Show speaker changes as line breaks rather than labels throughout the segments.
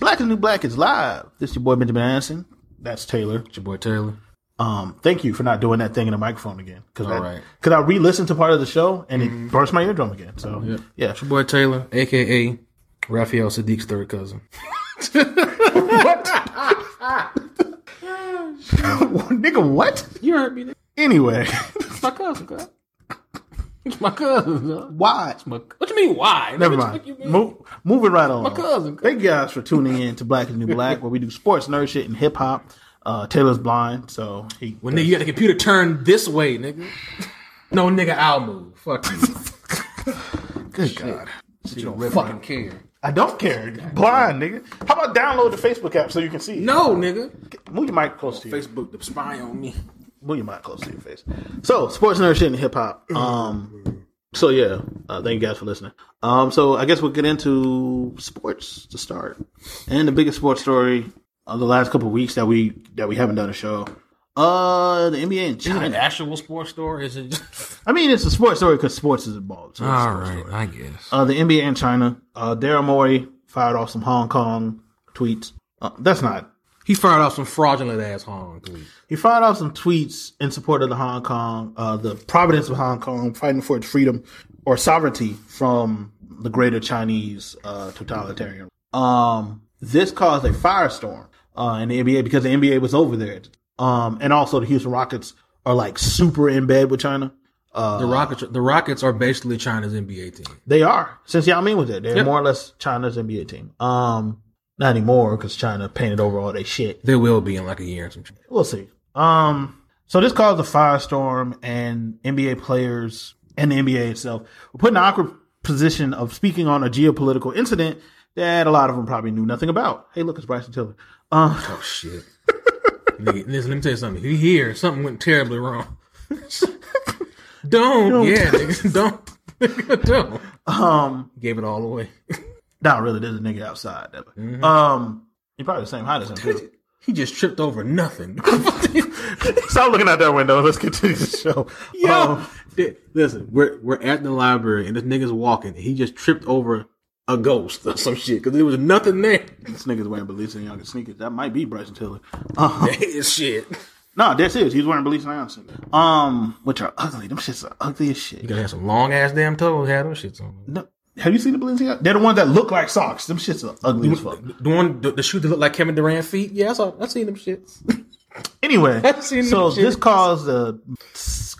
Black is the New Black is live. This is your boy Benjamin Anderson. That's Taylor.
It's your boy Taylor.
Um, thank you for not doing that thing in the microphone again. Cause I,
All right.
Cause I re-listened to part of the show and it burst my eardrum again. So yeah.
It's your boy Taylor, aka Raphael Sadiq's third cousin.
Nigga, what?
You heard me.
Anyway,
It's my cousin, cuz. It's my cousin. cuz.
why?
My- What you mean? Why?
Never
What
mind.
you mean?
Mo- moving right along.
cousin.
Thank you guys for tuning in to Black is the New Black, where we do sports, nerd shit, and hip hop. Uh, Taylor's blind, so he.
Well, nigga, you got the computer turned this way, nigga. No, nigga, I'll move. Fuck you.
Good God.
you don't fucking care.
I don't care. Blind, nigga. How about download the Facebook app so you can see? it?
No, nigga.
Move your mic close to you.
Facebook to spy on me.
Move your mic close to your face. So, sports, nerd shit, and hip hop. Um, so yeah, uh, thank you guys for listening. Um, so I guess we'll get into sports to start, and the biggest sports story of the last couple of weeks that we that we haven't done a show. Uh, the NBA in
An
China.
actual sports store? Is it just.
I mean, it's a sports story because sports is involved. So it's a sports story.
I guess.
Uh, the NBA in China. Uh, Daryl Morey fired off some Hong Kong tweets. Uh, that's not
He fired off some fraudulent ass Hong tweet.
He fired off some tweets in support of the Hong Kong, uh, the providence of Hong Kong, fighting for its freedom or sovereignty from the greater Chinese uh, totalitarian. Um, this caused a firestorm uh, in the NBA because the NBA was over there, um, and also the Houston Rockets are like super in bed with China.
The Rockets, the Rockets are basically China's NBA team.
They are since Yao Ming was there. They're
Yep.
more or less China's NBA team. Um, not anymore because China painted over all their shit.
They will be in like a year or some shit.
we'll see. Um, so this caused a firestorm, and NBA players and the NBA itself were put in an awkward position of speaking on a geopolitical incident that a lot of them probably knew nothing about. Hey, look, it's Bryson Tiller. Uh,
Oh shit. Nigga, listen, let me tell you something. If you hear something went terribly wrong, don't, yeah, nigga, don't, nigga, don't.
um,
Gave it all away.
nah, really, there's a nigga outside. That Um, you're probably the same height as him. Too.
He just tripped over nothing.
Stop looking out that window. Let's continue the show.
Yo,
Um,
Di- Oh. listen, we're we're at the library and this nigga's walking. And he just tripped over a ghost or some shit because there was nothing there.
this nigga's wearing Belize and Young sneakers. That might be Bryson Tiller. Uh,
shit.
no, that's it. He's wearing Belize and Young sneakers. Um, which are ugly. Them shits are ugly as shit.
You gotta have some long ass damn toes. Had those shits on.
No. Have you seen the Balenciaga? They're the ones that look like socks. Them shits are ugly as fuck.
The one, the, the shoe that looked like Kevin Durant feet. Yeah, I saw. I seen them shits.
Anyway,
I've seen
so
them
this
shits.
caused a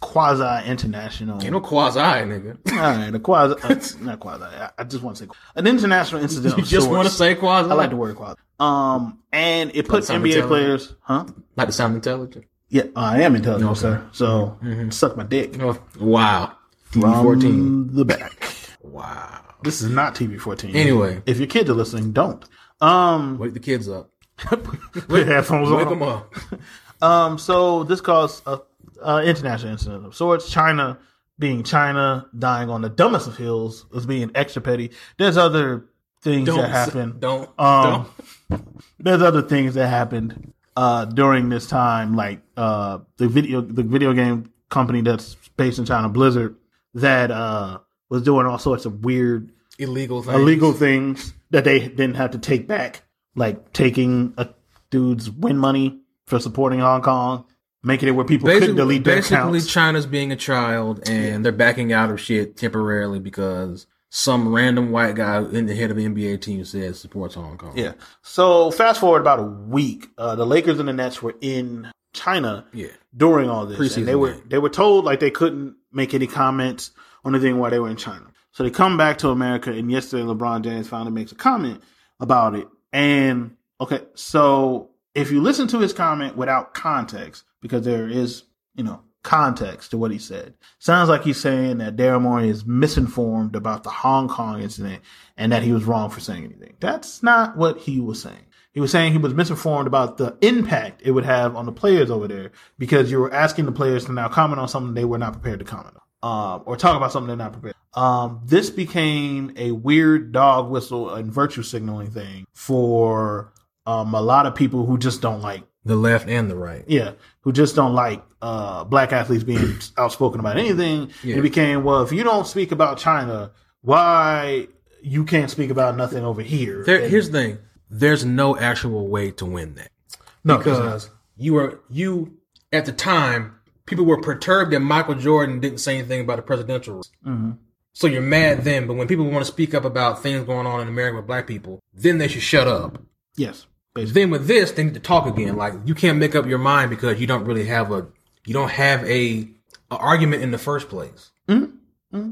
quasi international.
Ain't no quasi, nigga.
all right, a quasi, uh, not quasi. I, I just want to say an international incident.
You
of
just
sorts.
want to say quasi.
I like the word quasi. Um, and it puts
Simon
NBA
Taylor.
players, huh?
Like to sound intelligent.
Yeah, oh, I am intelligent, sir. So suck my dick.
Oh, wow.
From
TV fourteen.
the back.
Wow.
This is not TV fourteen.
Anyway.
if your kids are listening, don't. Um,
Wake the kids up.
put headphones
Wake
on.
them up.
Um, so this caused a, a international incident of sorts. China being China, dying on the dumbest of hills, was being extra petty. There's other things that happened.
Don't.
Um, There's other things that happened uh, during this time, like uh, the video, the video game company that's based in China, Blizzard, that uh, was doing all sorts of weird
Illegal things.
illegal things that they didn't have to take back, like taking a dude's win money for supporting Hong Kong, making it where people
Basically,
couldn't delete their
basically
accounts.
China's being a child and they're backing out of shit temporarily because some random white guy in the head of the NBA team says supports Hong Kong.
yeah. So fast forward about a week, uh, the Lakers and the Nets were in China
Yeah.
during all this,
Preseason
and they were
game.
they were told like they couldn't make any comments on anything while they were in China. So they come back to America, and yesterday LeBron James finally makes a comment about it. And okay, so if you listen to his comment without context, because there is you know context to what he said, sounds like he's saying that Daryl Morey is misinformed about the Hong Kong incident and that he was wrong for saying anything. That's not what he was saying. He was saying he was misinformed about the impact it would have on the players over there because you were asking the players to now comment on something they were not prepared to comment on um, or talk about something they're not prepared. Um, this became a weird dog whistle and virtue signaling thing for um, a lot of people who just don't like,
The left and the right.
yeah, who just don't like uh, black athletes being outspoken about anything. It became, well, if you don't speak about China, why you can't speak about nothing over here?
There,
And-
here's the thing. There's no actual way to win that
No, there's not.
because you were you at the time people were perturbed that Michael Jordan didn't say anything about the presidential race. So you're mad then, but when people want to speak up about things going on in America with black people, then they should shut up.
yes, basically.
Then with this, they need to talk again. Like you can't make up your mind because you don't really have a you don't have a, a argument in the first place.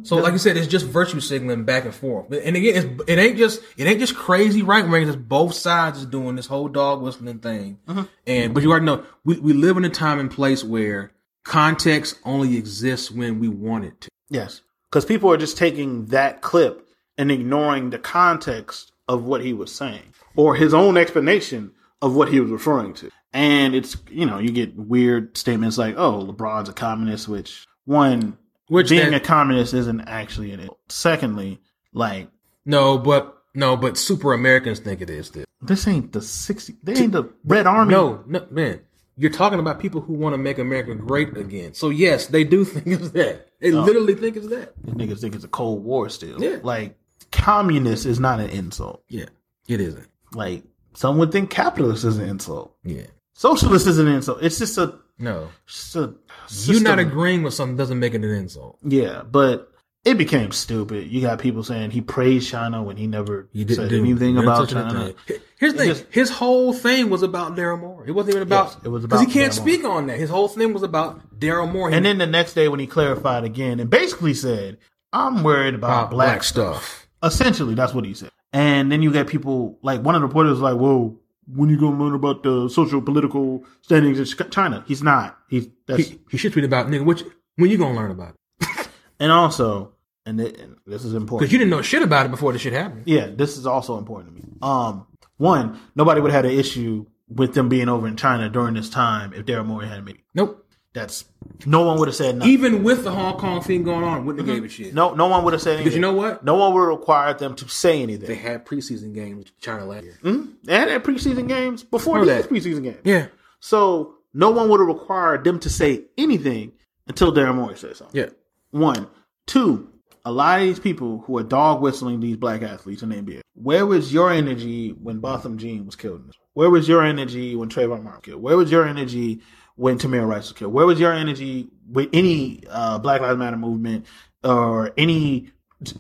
So like you said, it's just virtue signaling back and forth. And again, it's, it ain't just it ain't just crazy right wingers. It's both sides is doing this whole dog whistling thing. And but you already know we, we live in a time and place where context only exists when we want it to.
Yes, because people are just taking that clip and ignoring the context of what he was saying or his own explanation of what he was referring to. And it's, you know, you get weird statements like, oh, LeBron's a communist, which, one,
Which
being
that-
a communist isn't actually an insult. Secondly, like,
No, but no, but super Americans think it is. This.
this ain't the 60, they ain't the Red Army.
No, no, man. You're talking about people who want to make America great again. So yes, they do think it's that. They literally think it's that.
These niggas think it's a Cold War still.
Yeah.
Like, communist is not an insult.
Yeah, it isn't.
Like, some would think capitalist is an insult.
Yeah,
Socialist is an insult. It's just a
no.
just a
You
system.
not agreeing with something doesn't make it an insult.
yeah, but it became stupid. You got people saying he praised China when he never
You didn't
said
do
anything
you didn't
about
touch
China.
anything. H- Here's the thing:
just-
his whole thing was about Daryl Moore. It wasn't even about
Yes, it was
he
about
can't
Daryl Moore.
speak on that. His whole thing was about Daryl Moore.
And then the next day when he clarified again and basically said, "I'm worried about black, stuff."
stuff.
Essentially, that's what he said. And then you get people like one of the reporters was like, "Whoa, when you gonna learn about the social political standings in Chi- China?" He's not. He's that's
He, he should tweet about nigga. What? you- When you gonna learn about it?
and also and, thi- and this is important.
Because you didn't know shit about it before this shit happened.
yeah, this is also important to me. Um, one, nobody would have had an issue with them being over in China during this time if Daryl Morey had made
Nope.
that's no one would have said nothing.
Even with the Hong Kong thing going on, wouldn't have gave a shit.
No, no one would have said anything.
Because you know what?
No one would have required them to say
They
anything.
had preseason games in China last
Mm-hmm.
year.
They had their preseason games before
Before
these
that.
preseason games.
Yeah.
So no one would have required them to say anything until Daryl Morey said something.
Yeah.
One, two. A lot of these people who are dog whistling these black athletes in the NBA. Where was your energy when Botham Jean was killed? in this? Where was your energy when Trayvon Martin was killed? Where was your energy when Tamir Rice was killed? Where was your energy with any uh, Black Lives Matter movement or any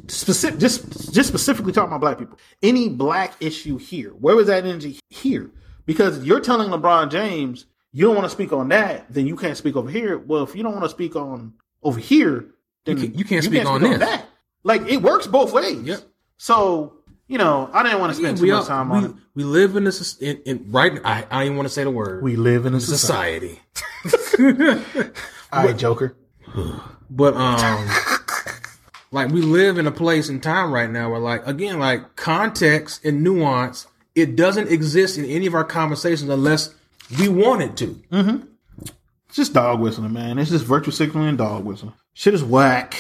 specific? Just just specifically talking about black people. Any black issue here? Where was that energy here? Because you're telling LeBron James you don't want to speak on that, then you can't speak over here. Well, if you don't want to speak on over here, then
You can't- you can't speak on this.
that. Like it works both ways.
Yep.
So you know, I didn't want to
Yeah,
spend
we,
too
are-
much time on
we-
it.
we live in this in, in right. I, I don't even want to say the word.
We live in a society.
society.
All right, Joker.
But um, like we live in a place in time right now where like again like context and nuance it doesn't exist in any of our conversations unless we want it to.
Mm-hmm. It's just dog whistling, man. It's just virtue signaling and dog whistling. Shit is whack,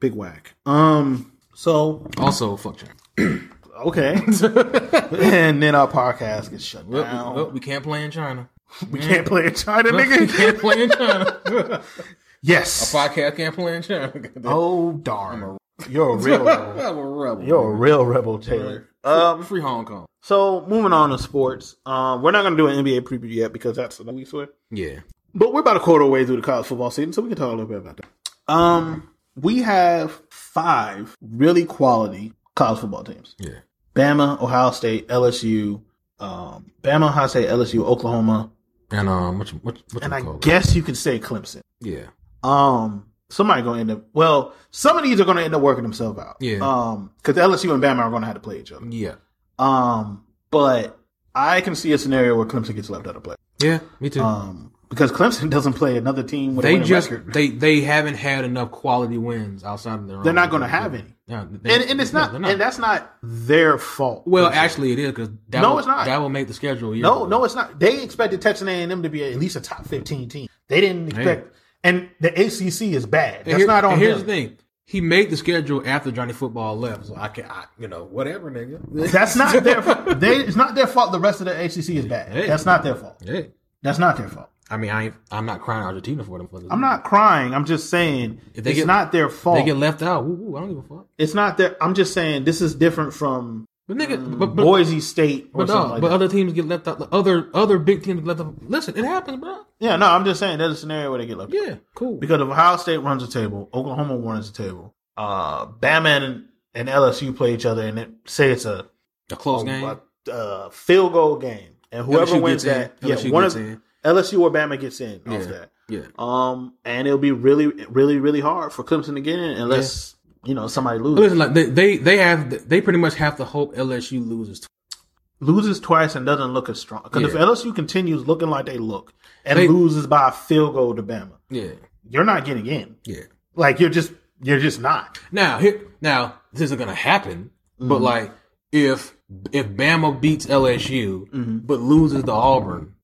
big whack. Um. So
Also, fuck China.
okay, and then our podcast gets shut
Well,
down.
well, Oh, we can't play in China.
we can't play in China,
we
nigga.
can't play in China.
Yes.
Podcast can't play in China.
Oh darn. You're a real rebel.
I'm a rebel.
You're a real rebel, Taylor. Um.
free Hong Kong.
So moving on to sports, um, we're not going to do an NBA preview yet because that's another week's away.
Yeah.
But we're about a quarter way through the college football season, so we can talk a little bit about that. Um, we have five really quality college football teams:
Yeah.
Bama, Ohio State, LSU, um, Bama, Ohio State, LSU, Oklahoma,
And um, what you- what what
and
you
I
call it?
guess you could say Clemson.
Yeah.
Um, somebody going to end up. Well, some of these are going to end up working themselves out.
Yeah.
Um, because LSU and Bama are going to have to play each other.
Yeah.
Um, but I can see a scenario where Clemson gets left out of play.
Yeah. Me too.
Um, because Clemson doesn't play another team with a
they
winning
just
record.
they they haven't had enough quality wins outside of their.
They're not going to have any, and, and it's not, and that's not their fault.
well, actually, it is because
No,
will,
it's not.
That will make the schedule. a year
no,
ago.
no, it's not. They expected Texas A&M to be at least a top fifteen team. They didn't expect, and the ACC is bad.
And
That's
here-
not on
and Here's
them.
the thing. He made the schedule after Johnny Football left, so I can, I, you know, whatever, nigga.
That's not their. fault. They, it's not their fault. The rest of the ACC is bad.
Hey.
That's not their fault.
Hey,
That's not their fault.
I mean, I ain't, I'm not crying Argentina for them.
I'm not crying. I'm just saying
If they
it's
get-
not their fault.
They get left out. Woo, woo, I don't give a fuck.
it's not that I'm just saying this is different from
But nigga, but, but,
Boise State or Mm,
but,
something
dog,
like
but
that.
other teams get left out. Other other big teams get left out. Listen, it happens, bro.
yeah, no, I'm just saying there's a scenario where they get left.
Yeah, cool.
Because if Ohio State runs the table, Oklahoma runs the table, uh, Bama and, and LSU play each other, and it, say it's a,
A close game.
a, uh, field goal game, and whoever
LSU
wins
gets
that,
in.
yeah,
LSU
one
gets
of
in.
LSU or Bama gets in
Yeah.
off that.
Yeah.
Um, and it'll be really, really, really hard for Clemson to get in unless you know somebody
But
loses,
listen, like they, they they have they pretty much have to hope LSU loses.
loses twice and doesn't look as strong. Because if
Yeah.
LSU continues looking like they look and
They-
loses by a field goal to Bama,
Yeah,
you're not getting in.
yeah.
Like you're just, you're just not.
Now here now this isn't gonna happen.
Mm-hmm.
But like if if Bama beats LSU
Mm-hmm.
but loses to Auburn,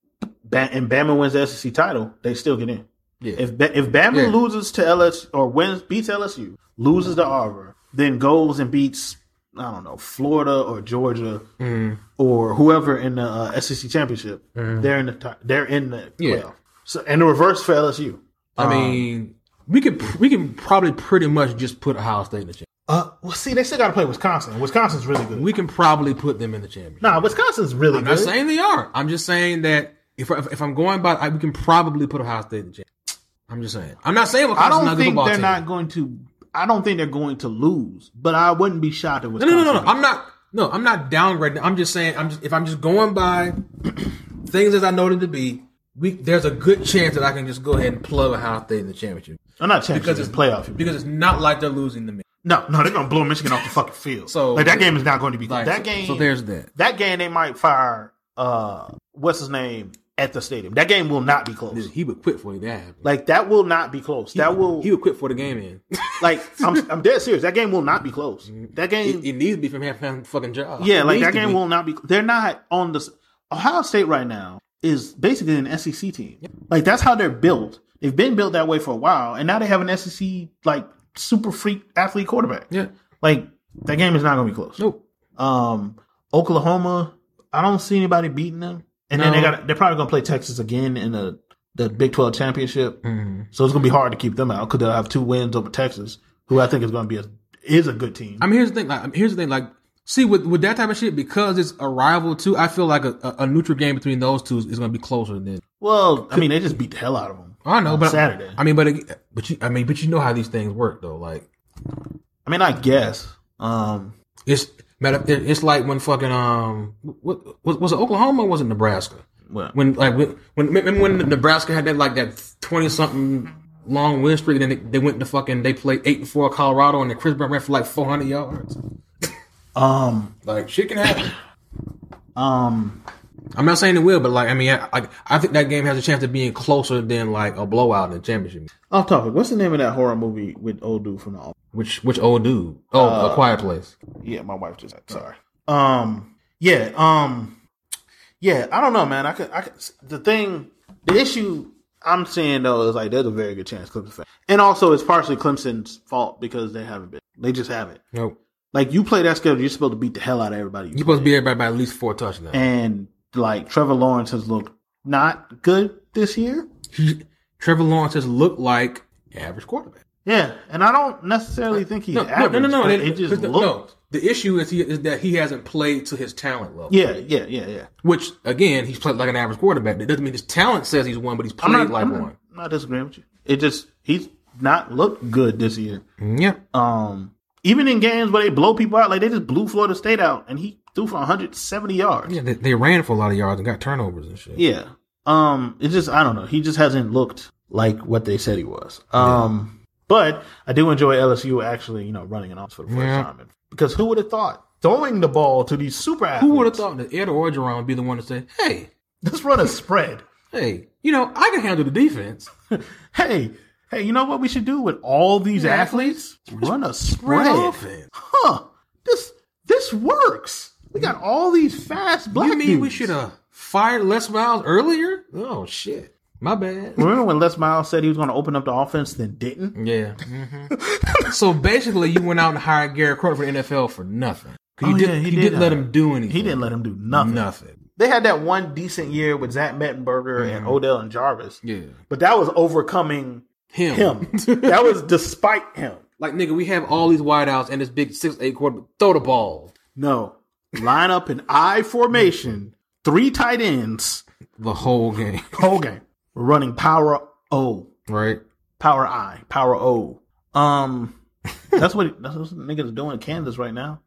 Ba- and Bama wins the SEC title, they still get in.
yeah,
If ba- if Bama
Yeah.
loses to LSU or wins beats LSU, loses to Auburn, then goes and beats I don't know Florida or Georgia
Mm-hmm.
or whoever in the uh, SEC championship, they're in the ti- they're in the
Yeah.
playoff. So and the reverse for LSU.
I mean we could we can probably pretty much just put Ohio State in the championship.
Uh, well, see, they still got to play Wisconsin. Wisconsin's really good.
We can probably put them in the championship.
nah, Wisconsin's really
I'm
good.
not saying they are. I'm just saying that if if, if I'm going by, I, we can probably put Ohio State in the championship. I'm just saying. I'm not saying
I
Wisconsin's not
don't
a good
think
football
they're
team.
not going to. I don't think they're going to lose, but I wouldn't be shocked if
No,
Wisconsin.
no, no, no, no. I'm not. No, I'm not downgrading. I'm just saying. I'm just if I'm just going by things as I know them to be. We there's a good chance that I can just go ahead and plug Ohio State in the championship
I'm not championship.
it's-
it's playoff.
because it's not like they're losing to me.
No, no, they're gonna blow Michigan off the fucking field.
So-
So like that game is not going to be good.
Like,
that
so-
game,
So there's that.
that game, they might fire uh what's his name at the stadium. That game will not be close.
He would quit for that. happened.
Like that will not be close. that will
He would quit for the game in.
like I'm, I'm dead serious. That game will not be close. That game,
it, it needs to be from half half fucking job.
yeah,
It
like
needs
that
to
game
be.
will not be. They're not on the s- Ohio State right now is basically an SEC team. Like that's how they're built. They've been built that way for a while, and now they have an SEC like super freak athlete quarterback.
Yeah.
Like that game is not gonna be close.
Nope.
Um, Oklahoma, I don't see anybody beating them. And then
No.
they got they're probably gonna play Texas again in the the Big Twelve championship. So it's gonna be hard to keep them out because they'll have two wins over Texas, who I think is gonna be a is a good team.
I mean, here's the thing. Like, here's the thing. Like, see, with with that type of shit, because it's a rival too. I feel like a, a, a neutral game between those two is, is going to be closer than.
well, I mean they just beat the hell out of them.
I know, but
Saturday.
I mean, but it, but you, I mean, but you know how these things work, though. Like
I mean, I guess. Um,
it's matter. it- It's like when fucking um, what was was it Oklahoma? Or was it Nebraska?
well,
When like when when remember when Nebraska had that like that twenty something long win streak, and then they, they went to fucking they played eight and four Colorado, and then Chris Brown ran for like four hundred yards.
um,
Like shit can happen.
um,
I'm not saying it will, but like I mean, I, I, I think that game has a chance of being closer than like a blowout in the championship.
off topic. What's the name of that horror movie with old dude from the?
Which which old dude? Oh, a quiet place.
Yeah, my wife just sorry. Um, yeah, um, yeah. I don't know, man. I could, I could. The thing, the issue I'm seeing though is like there's a very good chance Clemson, fan. and also it's partially Clemson's fault because they haven't been. They just haven't.
Nope.
Like you play that schedule, you're supposed to beat the hell out of everybody.
You're supposed to be everybody by at least four touchdowns.
and like Trevor Lawrence has looked not good this year.
He- Trevor Lawrence has looked like average quarterback.
Yeah, and I don't necessarily think he's
No, no,
average.
no, no, no.
but
It,
It just
the,
looked.
no. The issue is he is that he hasn't played to his talent level.
Yeah, yeah, yeah, yeah.
Which again, he's played like an average quarterback. That doesn't mean his talent says he's one, but he's played
I'm not,
like
I'm not-
one.
I'm not disagreeing with you. It just he's not looked good this year.
Mm, Yeah.
Um, even in games where they blow people out, like they just blew Florida State out, and he threw for 170 yards.
Yeah. They, they ran for a lot of yards and got turnovers and shit.
Yeah. Um, it's just I don't know. He just hasn't looked like what they said he was. Um, but I do enjoy LSU actually, you know, running an offense for the first
Yeah.
time because who would have thought throwing the ball to these super athletes?
Who would have thought that Ed Orgeron would be the one to say, "Hey,
Let's run a spread.
hey, you know, I can handle the defense.
Hey, hey, you know what we should do with all these athletes? Run a spread.
offense.
huh, this this works. We got all these fast black
You mean we
dudes.
should have fired Les Miles earlier? Oh shit, my bad.
Remember when Les Miles said he was going to open up the offense, then didn't?
Yeah.
Mm-hmm.
so basically, you went out and hired Gary Carter for the NFL for nothing. 'Cause You
Oh,
did,
yeah, he
you
did
didn't let
hire
him do anything.
He didn't let him do nothing.
nothing.
They had that one decent year with Zach Mettenberger and Odell and Jarvis,
Yeah.
but that was overcoming
Him.
him. that was despite him.
like nigga, we have all these wideouts and this big six eight quarterback. Throw the ball.
No, line up in I formation, three tight ends,
the whole game,
whole game. We're running power O,
right?
power I, power O. Um, that's what that's what niggas doing in Kansas right now.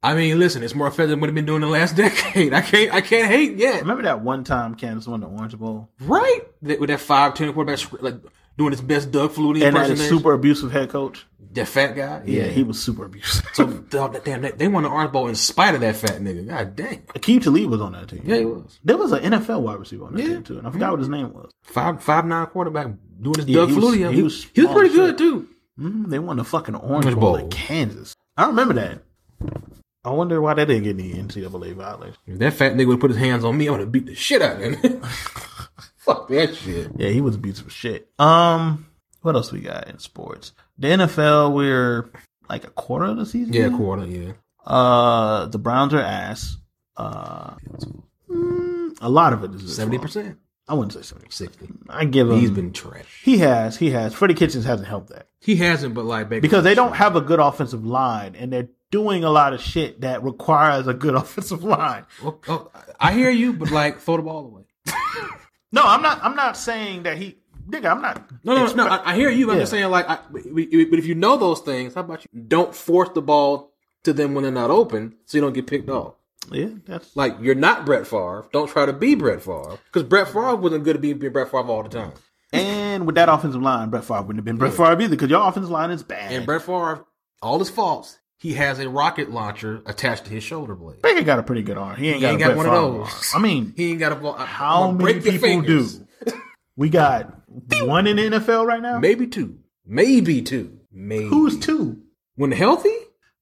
I mean, listen, it's more effective than what it's been doing the last decade. I can't, I can't hate yet,
Remember that one time Kansas won the Orange Bowl,
right? That- With that five ten quarterback, sc- like doing his best Doug Flutie
and that
impersonation,
super abusive head coach.
that fat guy.
Yeah, he was super abusive.
So dog, damn, they, they won the Orange Bowl in spite of that fat nigga. God dang.
Akeem Talib was on that team.
Yeah, he was
There was an NFL wide receiver on that team too, and I forgot what his name was.
five five nine quarterback doing his
Yeah,
Doug
he was-
Flutie.
he
He
was
was, he was pretty
small as
good too.
Mm, they won the fucking Orange
Orange
Bowl,
Bowl.
in Kansas. I remember that. I wonder why they didn't get any NCAA violation.
If that fat nigga would put his hands on me, I would have beat the shit out of him. Fuck that shit.
Yeah, he was abusive as shit. Um, what else we got in sports? The NFL, we're like a quarter of the season.
Yeah,
now?
quarter. Yeah.
Uh, the Browns are ass. Uh, mm, a lot of it is his fault.
Seventy percent,
I wouldn't say seventy.
sixty.
I give him.
He's been trash.
He has. He has. Freddie Kitchens hasn't helped that.
He hasn't, but like Baker
because they don't have a good offensive line and they're doing a lot of shit that requires a good offensive line.
Oh, oh, I hear you, but like throw the ball away.
No, I'm not I'm not saying that he nigga, I'm not
No, no, no. I, I hear you. But I'm just
Yeah.
saying, like, I, but but if you know those things, how about you don't force the ball to them when they're not open, so you don't get picked off.
Yeah, that's
Like, you're not Brett Favre. Don't try to be Brett Favre because Brett Favre wasn't good at being, being Brett Favre all the time.
and with that offensive line, Brett Favre wouldn't have been Brett Favre either, because your offensive line is bad.
And
And
Brett Favre, all his faults, he has a rocket launcher attached to his shoulder blade.
Baker got a pretty good arm. He ain't
He
got,
ain't
a
got
Brett
one of
Favre
those.
arm. I mean,
He ain't got a ball. I-
how
I'ma
many
break your
people do?
fingers.
We got one in the NFL right now?
Maybe two. Maybe two. Maybe
Who's two?
when healthy?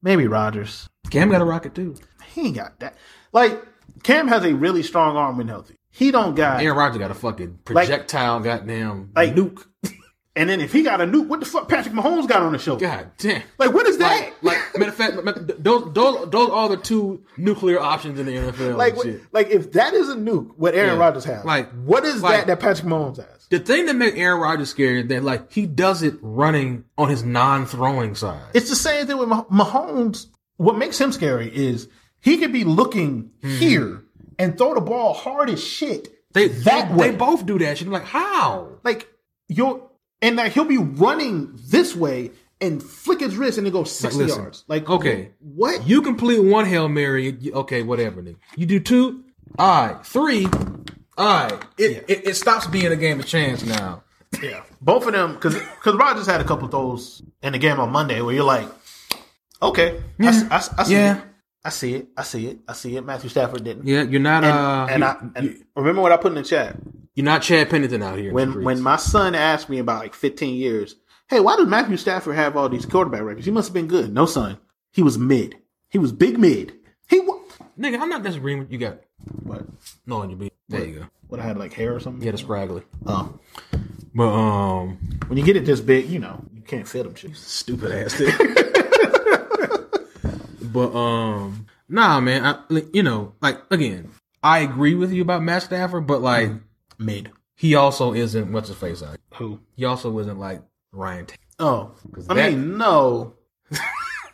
Maybe Rodgers.
Cam got a rocket too.
He ain't got that. Like, Cam has a really strong arm when healthy. He don't got
Aaron Rodgers got a fucking projectile, goddamn
like-
nuke.
And then if he got a nuke, what the fuck Patrick Mahomes got on the show?
God damn.
Like, what is that?
Like, like matter of fact, ma- ma- those, those those are the two nuclear options in the NFL.
Like,
and
what-
shit.
like if that is a nuke, what Aaron
Yeah.
Rodgers has,
Like-
what is
like-
that that Patrick Mahomes has?
the thing that made Aaron Rodgers scary is that like he does it running on his non-throwing side.
It's the same thing with Mah- Mahomes. What makes him scary is he could be looking here and throw the ball hard as shit.
Mm-hmm. They
that
they,
way,
they both do that shit. I'm like, how?
like you'll and like he'll be running this way and flick his wrist and it goes sixty
listen,
yards. Like,
okay.
what?
You complete one Hail Mary, you- okay, whatever, nigga. You do two, all right, three, all right. It, it, it stops being a game of chance now.
Yeah, both of them because because Rogers had a couple throws in the game on Monday where you're like, okay, I s- I, s- I see
Yeah.
it, I see it, I see it, I see it. Matthew Stafford didn't.
Yeah, you're not uh,
and
you,
I and remember what I put in the chat
are not Chad Pennington out here. in the
when
streets.
when my son asked me about like 15 years, hey, why does Matthew Stafford have all these quarterback records? He must have been good. No, son, he was mid. He was big mid. He wa-
nigga, I'm not disagreeing with you. Got
what?
no on your beat. There you go.
What I had like hair or something?
Yeah, the scraggly.
Oh.
But um,
When you get it this big, you know you can't fit them. Shit.
stupid ass thing. but um, nah, man. I, like, you know, like again, I agree with you about Matt Stafford, but like
Mid.
he also isn't what's his face. Like
Who?
he also isn't like Ryan. T-
Oh, I
that-
mean, no,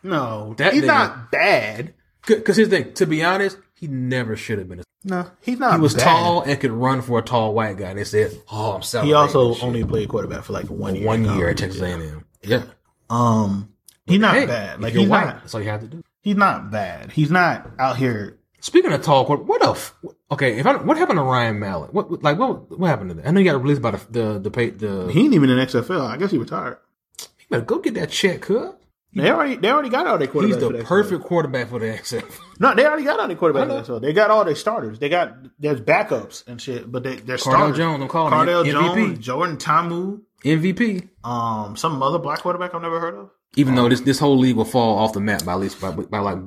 no,
That
he's
nigga-
not bad.
Because here's the thing. To be honest, he never should have been. A-
No, he's not.
he was
bad.
tall and could run for a tall white guy. They said, "Oh, I'm sorry."
He also only played quarterback for like one year.
one
in
year at
college.
Texas A&M. Yeah,
Um, he's not
Hey,
bad.
if
Like
you're
he's
white.
not.
That's all you have to do.
He's not bad. He's not out here.
Speaking of tall quarter, what else? Okay, if I, what happened to Ryan Mallett? What what- like what what happened to that? I know you got released by the the the pay the.
He ain't even in XFL. I guess he retired.
You better go get that check, huh?
They already they already got all their quarterbacks.
He's
for
the
the
perfect quarterback for the XFL.
XFL. No, they already got all their
I know.
quarterbacks. So they got all their starters. They got there's backups and shit, but they they're
Cardell
starters.
Jones, I'm calling him
Cardell
MVP.
Jones, Jordan Tamu,
MVP.
um, some other black quarterback I've never heard of.
Even though this this whole league will fall off the map by at least by, by like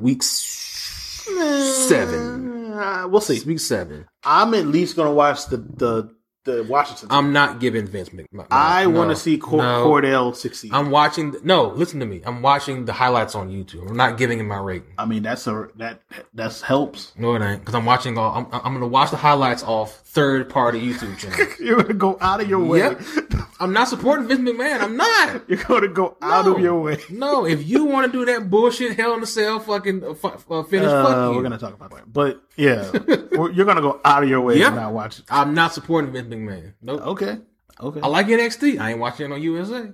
weeks seven,
Uh, we'll see.
week seven.
I'm at least gonna watch the the the Washington.
I'm not giving Vince Mc. my- my-
I want
no,
to see Cor-
no.
Cordell succeed. i
I'm watching. No, listen to me. I'm watching the highlights on YouTube. I'm not giving him my rating.
mean, that's a that that's helps.
No, it ain't. Because I'm watching all. I'm, I'm going to watch the highlights off third party YouTube channel.
You're gonna go out of your way
Yep.
to
I'm not supporting Vince McMahon. I'm not.
You're going to go out
No.
of your way.
No, if you want to do that bullshit, hell in a cell, fucking uh, fu- uh, finish,
Uh,
fuck you.
we're gonna talk about that, but yeah, we're- you're gonna go out of your way
Yep.
to not watch it.
I'm not supporting Vince McMahon. Nope.
Okay, okay.
I like NXT. I ain't watching it on USA.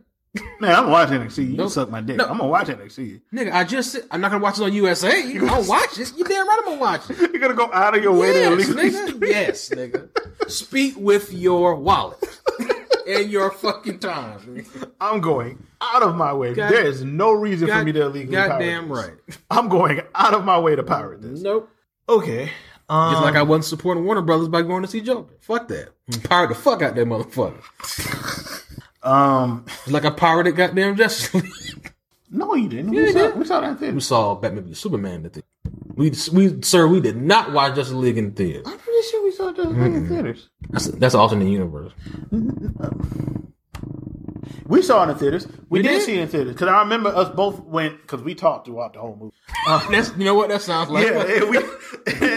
Man, I'm watching NXT. You
Nope.
suck my dick.
No.
I'm gonna watch NXT.
Nigga, I just said, I'm not gonna watch it on USA. You I'll watch it. You damn right I'm gonna watch it.
You're gonna go out of your way to
Yes,
illegally
nigga. Yes, nigga. Speak with your wallet and your fucking time. nigga.
I'm going out of my way.
God-
there is no reason for
God-
me to illegally pirate
Goddamn
this.
right.
I'm going out of my way to pirate this.
Nope.
Okay. Um,
Just like I wasn't supporting Warner Brothers by going to see Joker. Fuck that. Pirate the fuck out that motherfucker.
um,
Just like I pirated goddamn Justice League.
no, you didn't. we, saw,
yeah.
we saw that thing.
We saw Batman v Superman in the theater. We, we, sir, we did not watch Justice League in the theater.
I'm pretty sure we saw Justice League in theaters.
That's, that's an alternate universe.
We saw it in theaters. We
You
did,
did?
see it in theaters because I remember us both went because we talked throughout the whole movie.
that's, you know what that sounds like?
Uh, Yeah, and we.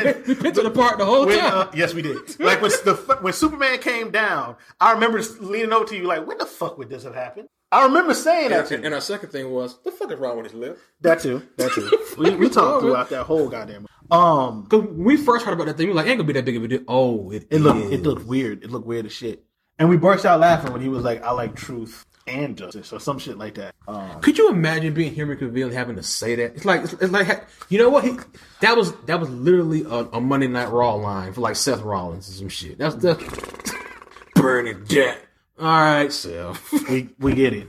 and
we picked it apart the whole
when,
time.
uh, yes, we did. Like when the fu- when Superman came down, I remember leaning over to you like, "When the fuck would this have happened?" I remember saying that to you.
and, our second thing was, the fuck is wrong with his lip?
That too. That too. we, we talked throughout that whole goddamn. Um,
Because we first heard about that thing, we were like, ain't gonna be that big of a deal. Oh, it,
it looked
is.
it looked weird. It looked weird as shit. And we burst out laughing when he was like, "I like truth and justice" or some shit like that. Um,
Could you imagine being Henry Cavill and having to say that? It's like it's, it's like you know what? He, that was that was literally a, a Monday Night Raw line for like Seth Rollins and some shit. That's the burn it down. All right, Seth.
we we get it.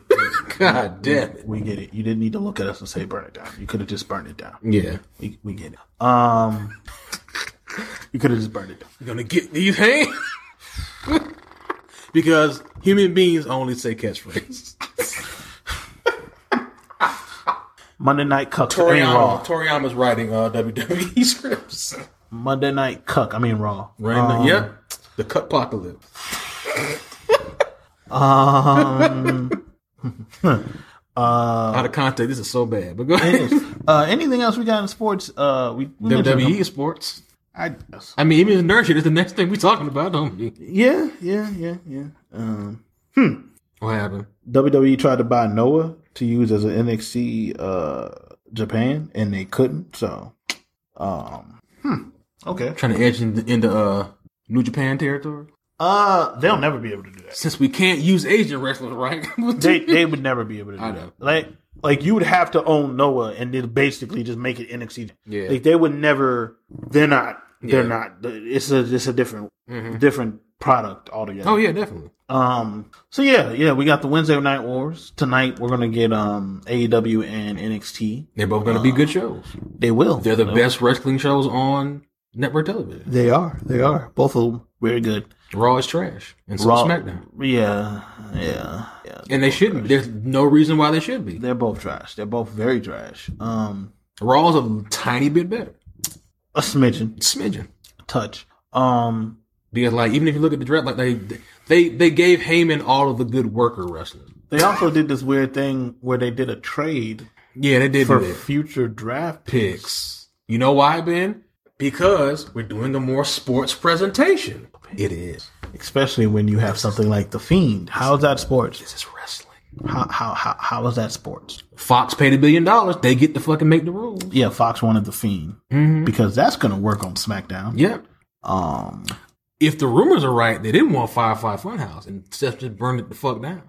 God damn it.
We get it. You didn't need to look at us and say burn it down. You could have just burned it down.
Yeah.
We we get it. Um, you could have just burned it down.
You're gonna get these hands because human beings only say catchphrases.
Monday night cuck. I mean
Toriyama,
raw.
Toriyama's writing uh, WWE scripts.
Monday night cuck. I mean raw.
Right now, yep. Um, The cut apocalypse. uh, um, out of context. This is so bad. But go ahead.
Uh, anything else we got in sports? Uh, we, we mentioned them.
WWE E sports.
I guess.
I mean, even nerd shit is the next thing we talking about, don't we?
Yeah, yeah, yeah, yeah. Um,
What happened?
WWE E tried to buy Noah to use as an NXT uh, Japan, and they couldn't. So, um, hmm, okay.
Trying to edge in- into uh, New Japan territory.
Uh, they'll never be able to do that.
Since we can't use Asian wrestlers, right?
They they would never be able to do
I know.
that. Like like you would have to own Noah and then basically just make it NXT.
Yeah.
Like they would never. They're not. They're
Yeah. Mm-hmm.
not. It's a it's a different different product altogether.
oh yeah, definitely.
Um. So yeah, yeah, we got the Wednesday night wars tonight. We're gonna get um AEW and NXT.
They're both going to be good shows.
They will.
They're the best wrestling shows on network television.
They are. They are. Both of them very good.
Raw is trash, and so
Raw-
is SmackDown.
Yeah. Yeah. Yeah.
And they shouldn't. There's no reason why they should be.
They're both trash. They're both very trash. Um.
Raw's a tiny bit better.
A smidgen.
Smidgen.
A touch. Um.
Because like even if you look at the draft, like they they they gave Heyman all of the good worker wrestlers.
They also did this weird thing where they did a trade
Yeah, they did
for
do that.
future draft picks.
Picks. You know why, Ben? Because we're doing a more sports presentation. It is.
especially when you have something like the Fiend. How's that sports?
This is wrestling.
How how how how is that sports?
Fox paid a billion dollars. They get to fucking make the rules.
Yeah, Fox wanted the Fiend because that's gonna work on SmackDown.
Yeah.
Um,
If the rumors are right, they didn't want Firefly Funhouse, and Seth just burned it the fuck down.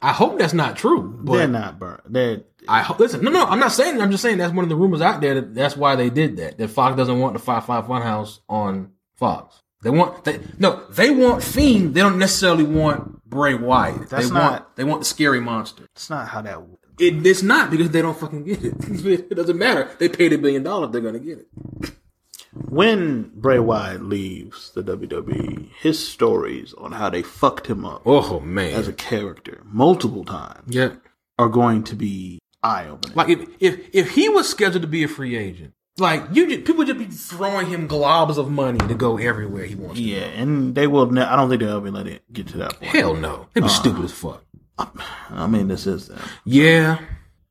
I hope that's not true. But
they're not burnt. They're
I ho- listen. No, no, I'm not saying. I'm just saying that's one of the rumors out there. That that's why they did that. That Fox doesn't want the Five Five Funhouse on Fox. They want they no. They want Fiend. They don't necessarily want Bray Wyatt.
That's
they
not-
want they want the scary monster.
it's not how that. wo-
It, it's not because they don't fucking get it. it doesn't matter. They paid a billion dollars. They're gonna get it.
When Bray Wyatt leaves the WWE, his stories on how they fucked him up
Oh
as a
man.
character multiple times
Yeah.
are going to be eye opening.
Like if if if he was scheduled to be a free agent, like you just, people just be throwing him globs of money to go everywhere he wants.
yeah, and they will. Ne- I don't think they'll ever let it get to that point.
Hell no. They'd be stupid as fuck.
I mean, this is them.
Yeah.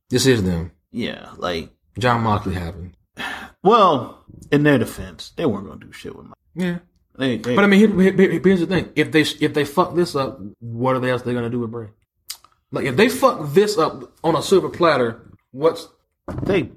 This is them.
Yeah, like
John Moxley happened.
well, in their defense, they weren't going to do shit with my.
Yeah.
They- they-
But I mean, here- here- here- here's the thing: if they if they fuck this up, what are they else they gonna do with Bray? Like if they fuck this up on a silver platter, what's
they,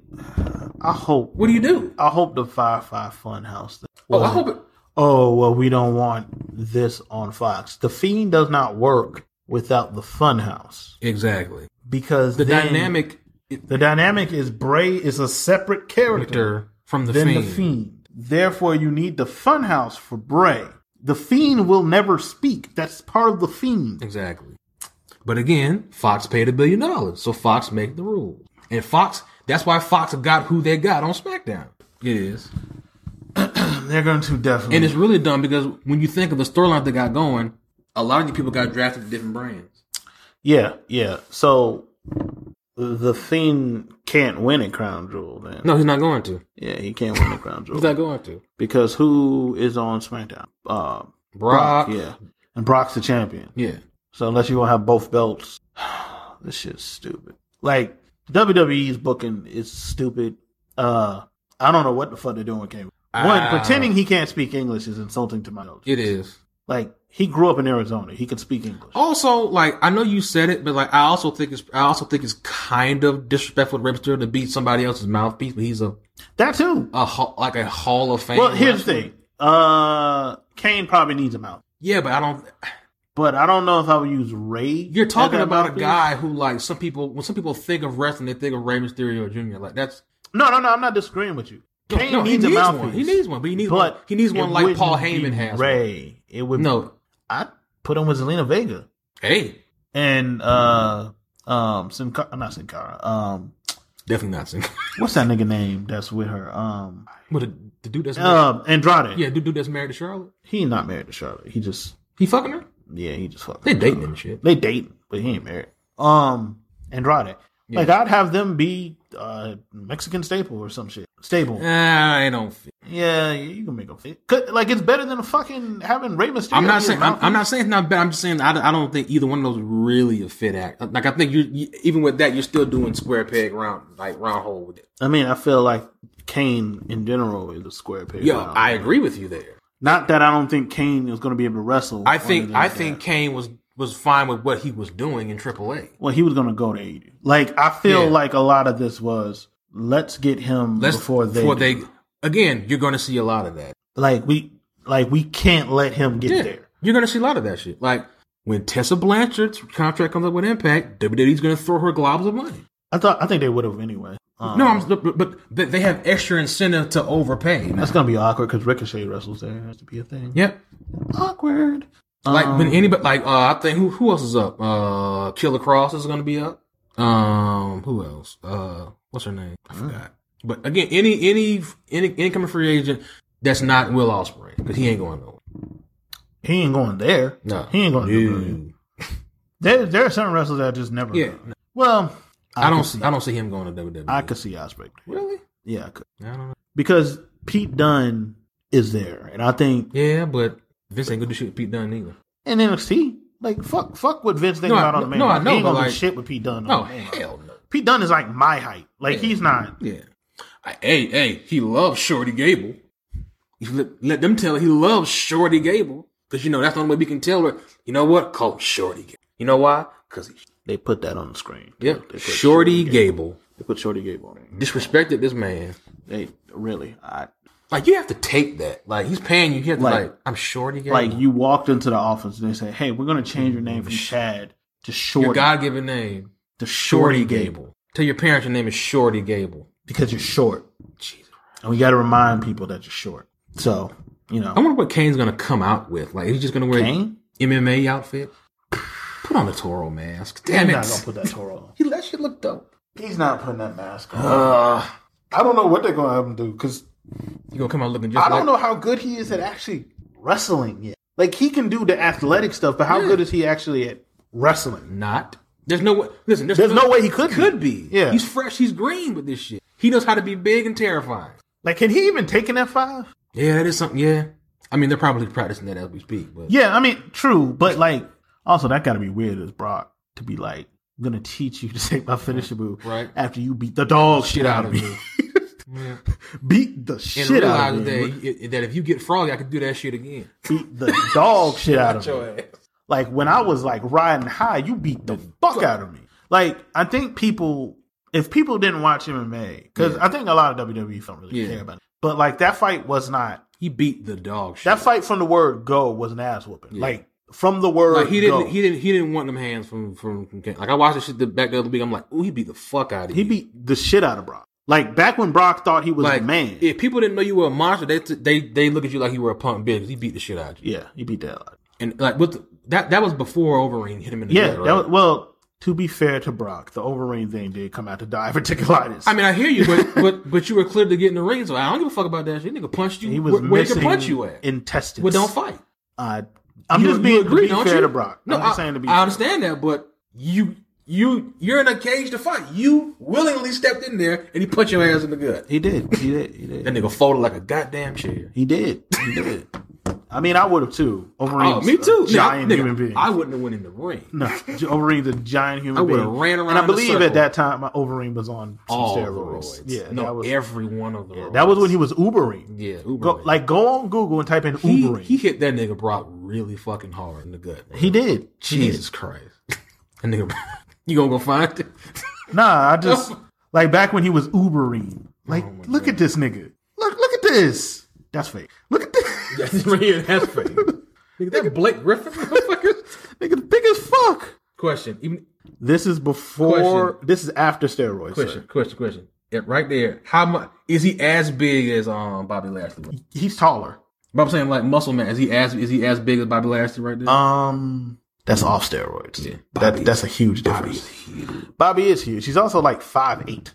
I hope
what do you do?
I hope the Firefly Funhouse. Thing.
Oh, I hope it.
Oh well, we don't want this on Fox. The Fiend does not work without the Funhouse
Exactly.
because
The
then-
dynamic
The dynamic is Bray is a separate character
character from the
than
fiend.
the Fiend. Therefore, you need the Funhouse for Bray. The Fiend will never speak. That's part of the Fiend.
Exactly. But again, Fox paid a billion dollars, so Fox make the rules. And Fox, that's why Fox got who they got on SmackDown. It is.
They're going to definitely.
And it's really dumb because when you think of the storyline they got going, a lot of you people got drafted to different brands.
yeah, yeah. So the Fiend can't win a crown jewel. Then
No, he's not going to.
yeah, he can't win a crown jewel
He's not going to.
because who is on SmackDown? Uh,
Brock. yeah.
yeah, and Brock's the champion.
yeah.
So unless you're gonna have both belts, this shit's stupid. Like WWE's booking is stupid. Uh, I don't know what the fuck they're doing with Cable. One,
Ah.
pretending he can't speak English is insulting to my knowledge.
It is.
Like he grew up in Arizona, he could speak English.
Also, like I know you said it, but like I also think it's I also think it's kind of disrespectful to Rey Mysterio to beat somebody else's mouthpiece, but he's a,
That too.
a ho- like a Hall of Fame.
Well, here's the
wrestler.
thing. Uh, Kane probably needs him out,
Yeah, but I don't.
but I don't know if I would use Ray.
You're talking
as that
about a
mouthpiece.
guy who, like, some people when some people think of wrestling, they think of Rey Mysterio Jr. Like that's
No, no, no. I'm not disagreeing with you.
no,
Kane
no, he
needs a
needs
mouthpiece.
one. He needs one, but he needs
but
one. He needs
it
one like Paul
wouldn't be
Heyman has. one.
Ray. It would
No,
I put him with Zelina Vega.
hey,
and uh um Sin Cara, not Sin Cara. Um
definitely not Sin.
what's that nigga name that's with her? Um
but the, the dude that's married,
um Andrade.
yeah, dude, dude that's married to Charlotte,
He not married to Charlotte. He just
he fucking her.
yeah, he just fucked.
They
her.
dating and shit.
They date, but he ain't married. Um Andrade. Like I'd have them be uh Mexican staple or some shit. Stable. Yeah,
Nah, I don't. Feel.
yeah you can make a fit. 'Cause, Like it's better than fucking having Rey Mysterio.
I'm not
be a
saying I'm, I'm
mouthpiece.
not saying it's not bad. I'm just saying I, don't- I don't think either one of those really a fit act. Like I think you, you even with that, you're still doing square peg round like round hole with it.
I mean, I feel like Kane in general is a square pig.
Yeah,
round.
I agree with you there.
not that I don't think Kane is going to be able to wrestle.
I
other
think
than
I
that.
think Kane was was fine with what he was doing in AAA.
well, he was going to go to AEW. Like I feel
Yeah.
like a lot of this was let's get him
Let's,
before they do.
again, you're going to see a lot of that.
like we like we can't let him get
Yeah,
there.
you're going to see a lot of that shit. Like when Tessa Blanchard's contract comes up with Impact, WWE's going to throw her globs of money.
I thought I think they would have anyway. Um,
No, I'm but, but they- they have extra incentive to overpay. now.
that's going to be awkward because Ricochet wrestles there. It has to be a thing.
Yep.
Awkward.
Like
Um,
when anybody like uh I think who who else is up? Uh Killer Cross is gonna be up. Um who else? Uh what's her name? I forgot. But again, any any any incoming free agent that's not Will Ospreay because he ain't going nowhere.
he ain't going there.
No,
he ain't going. to
No.
There, there are certain wrestlers that just never.
Yeah,
go. Well,
I,
could
don't
See,
see I don't see him going to WWE.
I could see Osprey.
really?
Yeah, I could.
I don't know.
because Pete Dunne is there, and I think
Yeah, but Vince ain't gonna do shit with Pete Dunne either.
in NXT. Like fuck, fuck what Vince thinking
No, I-
about on the main.
no, I
roster.
know,
he ain't
but
gonna
like-
do shit with Pete Dunne.
No,
on the main roster.
Oh, hell no.
Pete Dunne is like my height. Like he's not.
Yeah. I, hey, hey, he loves Shorty Gable. You let, let them tell her he loves Shorty Gable. Because, you know, that's the only way we can tell her, you know what? Call him Shorty Gable. You know why? Because he's
They put that on the screen.
yeah,
they put
Shorty Gable.
They put Shorty Gabe on it.
Disrespected this man.
They really, I
Like, you have to take that. Like, he's paying you. You have to, like,
Like-
I'm Shorty Gable.
like you walked into the office and they said, "Hey, we're gonna change your name from Chad to
your
Shorty
God given name,
to
Shorty Gable. Tell your parents your name is Shorty Gable.
because you're short,
Jesus.
and we got to remind people that you're short." So you know,
I wonder what Kane's going to come out with. Like, he's just going to wear
Kane,
MMA outfit. Put on a Toro mask. Damn
he's
it.
not gonna put that Toro on.
He let you look dope.
He's not putting that mask on.
Uh,
I don't know what they're gonna have him do because
you gonna come out looking just
I don't
like
know how good he is at actually wrestling yet. Like he can do the athletic stuff, but how good is he actually at wrestling?
not. There's no way. Listen, there's,
There's no way he could
could be.
Yeah.
he's fresh. He's green with this shit. He knows how to be big and terrifying.
Like, can he even take an F five?
Yeah, that is something. Yeah, I mean they're probably practicing that as we speak. But
Yeah, I mean, true, but like, also that got to be weird as Brock to be like, "I'm gonna teach you to take my finisher move
Right.
after you beat the dog shit
get
out of me."
me. Yeah.
Beat the
And
shit out
realize
of me.
that, i- that if you get froggy, I could do that shit again.
Beat the dog shit out of me.
Your ass.
Like when I was like riding high, you beat the fuck out of me. Like I think people, if people didn't watch MMA, because I think a lot of WWE don't really
Yeah.
care about it. But like that fight was not
He beat the dog shit.
that fight from the word go was an ass whooping. Like from the word
Like he didn't,
go,
he didn't, he didn't want them hands from from. from Ken. like I watched this shit the, back the other week. I'm like, ooh, he beat the fuck out of
he
you.
beat the shit out of Brock. Like back when Brock thought he was
like
the man.
If people didn't know you were a monster, they t- they they look at you like you were a punk bitch. He beat the shit out of you.
yeah, he beat the hell out. of him.
And like with the, that that was before Overeem hit him in the
Yeah,
head.
that
Right?
was, well. To be fair to Brock, the Overeem thing did come out to die diverticulitis.
I mean, I hear you, but but but you were cleared to get in the ring, so I don't give a fuck about that shit. Nigga punched you.
he was
where, where he
missing
could punch you at.
intestines.
But don't fight.
Uh, I'm
You-
just
you
being
agree,
to be
don't
fair
you?
to Brock.
No,
I'm
i
just saying to be.
I
fair.
understand that, but you you you're in a cage to fight. You willingly stepped in there and he punched your ass in the gut.
He did. He did. He
That
did.
nigga folded like a goddamn chair.
He did. He did. I mean, I would have too. Overeem's
Oh, me too.
A giant
Nigga,
human being.
I wouldn't have went in the ring.
no, Overeem's a giant human
I
being.
would've ran around
And I
in a
believe
circle.
at that time, my Overeem was on some
All the
steroids.
roids.
Yeah,
no,
that was
every one of them.
that was when he was Ubering.
yeah, Uber
Go,
Eats.
like, go on Google and type in
he,
Ubering. He,
he hit that nigga Brock really fucking hard in the gut. man.
did.
Jesus Christ, that nigga, you gonna go find it?
Nah, I just like back when he was Ubering. Like,
Oh
look at this nigga. Look, look at this. That's fake. Look at this.
That's right here. That's fake. Nigga, that Blake Griffin motherfucker.
nigga, big as fuck.
Question. Even
This is before. This is after steroids. sir.
question. Question. Question. Yeah, right there. How much is he as big as um Bobby Lashley?
He's taller.
But I'm saying like muscle man. Is he as is he as big as Bobby Lashley right there?
Um, that's off steroids.
Bobby-
that, that's a huge difference. Bobby is huge. He's also like five eight.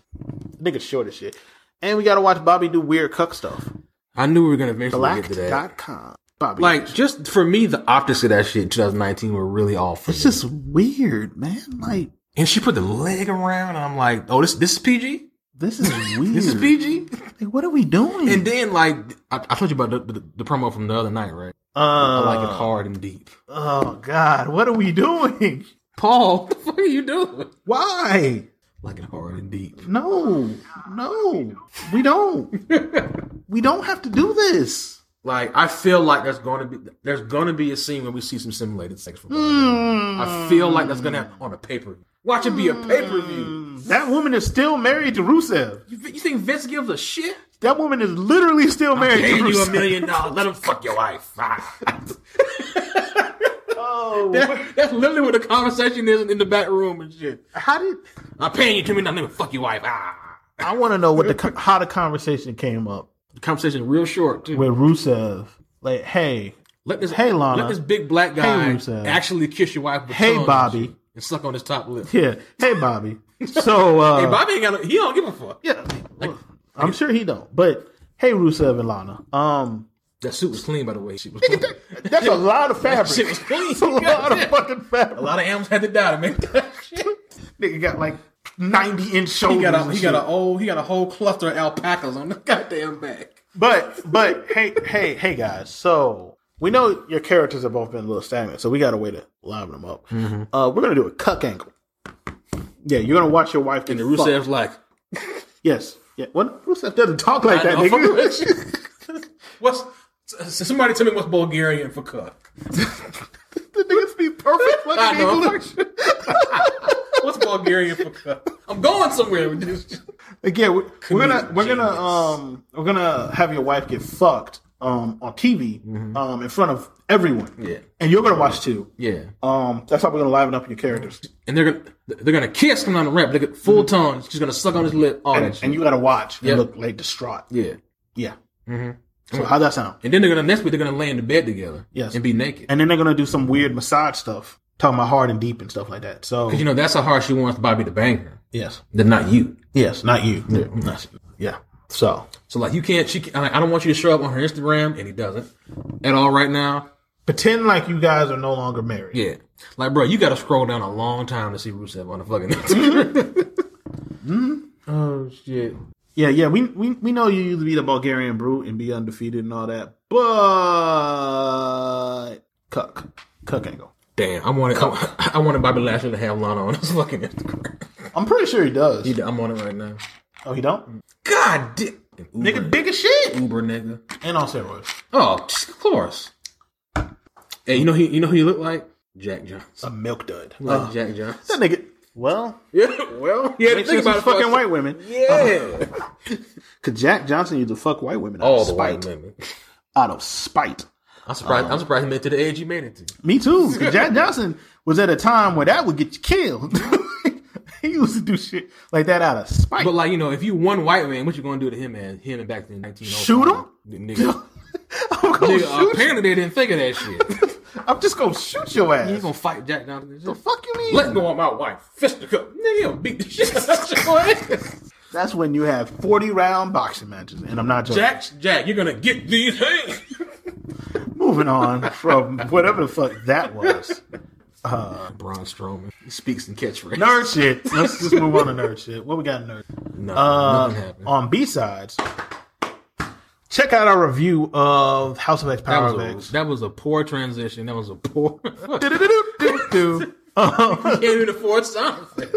Nigga's short as shit. And we gotta watch Bobby do weird cuck stuff.
I knew we were gonna eventually get to that.
Black.com. Bobby.
Like just for me, the optics of that shit in 2019 were really off. For
it's
me.
just weird, man. Like
and she put the leg around, and I'm like, oh, this this is PG.
this is weird.
This is PG.
Like, what are we doing?
And then like I, I told you about the, the, the promo from the other night, right?
uh,
I like it hard and deep.
Oh God, what are we doing?
Paul, what the fuck are you doing?
Why?
Like it hard and deep.
No, no, we don't. we don't have to do this.
Like I feel like there's gonna be there's gonna be a scene where we see some simulated sex from. I feel like that's gonna happen on a pay per view. Watch it be a pay per view.
That woman is still married to Rusev.
You, you think Vince gives a shit?
That woman is literally still married to
Paying you a
Rusev.
million dollars, let him fuck your wife. Ah.
Oh,
That- that's literally what the conversation is in the back room and shit.
how did
I'm paying you two million dollars, let me fuck your wife. Ah.
I want to know what the co- how the conversation came up
The conversation real short too.
with Rusev? Like, hey,
Let this
Hey, Lana.
Let this big black guy
Rusev.
actually kiss your wife. With
Hey,
tongue and
Bobby.
shit, and suck on his top lip.
yeah, hey, Bobby. So, uh,
Hey, Bobby ain't got. No, he don't give a fuck.
yeah, well, I'm sure he don't. But hey, Rusev and Lana. Um,
That suit was clean, by the way. She was clean.
that's a lot of fabric.
shit was clean.
That's a lot of fucking fabric.
a lot of animals had to die to make that shit.
Nigga got like 90 inch shoulders.
He got a
and
he
shit.
got a old he got a whole cluster of alpacas on the goddamn back.
But but hey hey hey guys, so we know your characters have both been a little stagnant, so we got a way to liven them up.
Mm-hmm.
Uh, we're gonna do a cuck angle. Yeah, you're gonna watch your wife get
And
fucked.
Rusev's like,
Yes. Yeah. What Rusev doesn't talk like that,
I know,
nigga.
"What's s- somebody tell me what's Bulgarian for cuck?
the niggas speak perfect
I
fucking
know.
English.
What's Bulgarian for cuck? I'm going somewhere with this."
Again, we're, we're gonna
Comedic
we're gonna
genius.
um we're gonna have your wife get fucked um on TV um in front of everyone.
Mm-hmm. Yeah.
And you're gonna watch too.
Yeah,
Um, that's how we're gonna liven up your characters.
and they're gonna they're gonna kiss him on the rap. They get full tongue. She's gonna suck on his lip. All that
Mm-hmm. And,
shit.
and you gotta watch and
Yep.
look like distraught.
yeah.
Yeah. So how'd that sound?
And then they're gonna next week they're gonna lay in the bed together.
Yes.
And be naked.
And then they're gonna do some weird massage stuff, talking about hard and deep and stuff like that. So
you know that's how hard she wants Bobby to bang her.
yes,
Then not you.
yes, not you. Yeah.
Not you.
So
So like you can't. She. Can, I I don't want you to show up on her Instagram, and he doesn't at all right now.
pretend like you guys are no longer married.
Yeah. Like bro, you got to scroll down a long time to see Rusev on the fucking. Instagram.
Mm-hmm.
Oh shit.
yeah. yeah, We we we know you used to be the Bulgarian brute and be undefeated and all that, but cuck, cuck angle.
Damn, I wanted I, I wanted Bobby Lashley to have Lana on his fucking Instagram.
I'm pretty sure he does.
I'm on it right now.
oh, he don't.
God, di- Uber,
Nigga, big as shit.
Uber nigga.
And on steroids.
Oh, psh, of course. Hey, you know who you know who you look like? Jack Johnson.
A milk dud.
Like
Uh,
Jack Johnson.
that nigga. Well,
Yeah, well, yeah.
make sure you fucking white women.
Yeah,
Cause Jack Johnson used to fuck white women out
all
of
the
spite.
white women.
Out of spite.
I'm surprised. I'm surprised he made it to the age he made it to.
Me too. 'cause Jack Johnson was at a time where that would get you killed. he used to do shit like that out of spite.
But like you know, if you one white man, what you gonna do to him and him and back in 1905?
Shoot
nigga.
I'm gonna
nigga
shoot you.
apparently they didn't think of that shit.
I'm just gonna shoot your ass.
He's gonna fight Jack Johnson.
the fuck you mean?
Let go on my wife. Fist the cup. Nigga, he'll beat the shit out of your ass.
That's when you have 40 round boxing matches, and I'm not joking.
Jack, Jack, you're gonna get these hands.
Moving on from whatever the fuck that was.
Uh, Braun Strowman he speaks in catchphrase.
Nerd shit. Let's just move on to nerd shit. What we got in nerd?
no,
Uh,
nothing happened.
on B sides, check out our review of House of X
That
Power of
was, a,
X.
that was a poor transition. That was a poor. Can't
Do-do-do-do-do-do.
even afford something.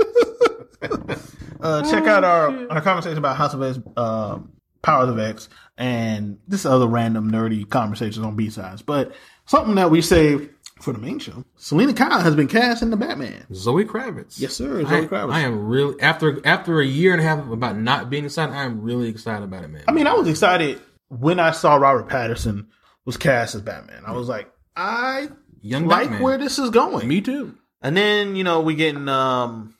Uh, check out our, our conversation about House of X, uh, Powers of X, and this other random nerdy conversations on B sides. But something that we saved for the main show Selena Kyle has been cast in the Batman.
Zoe Kravitz.
Yes, sir.
I,
Zoe Kravitz.
I am really after after a year and a half about not being excited. I am really excited about it, man.
I mean, I was excited when I saw Robert Patterson was cast as Batman. I was like, I
Young
like
Batman.
where this is going.
Me too.
And then you know we getting um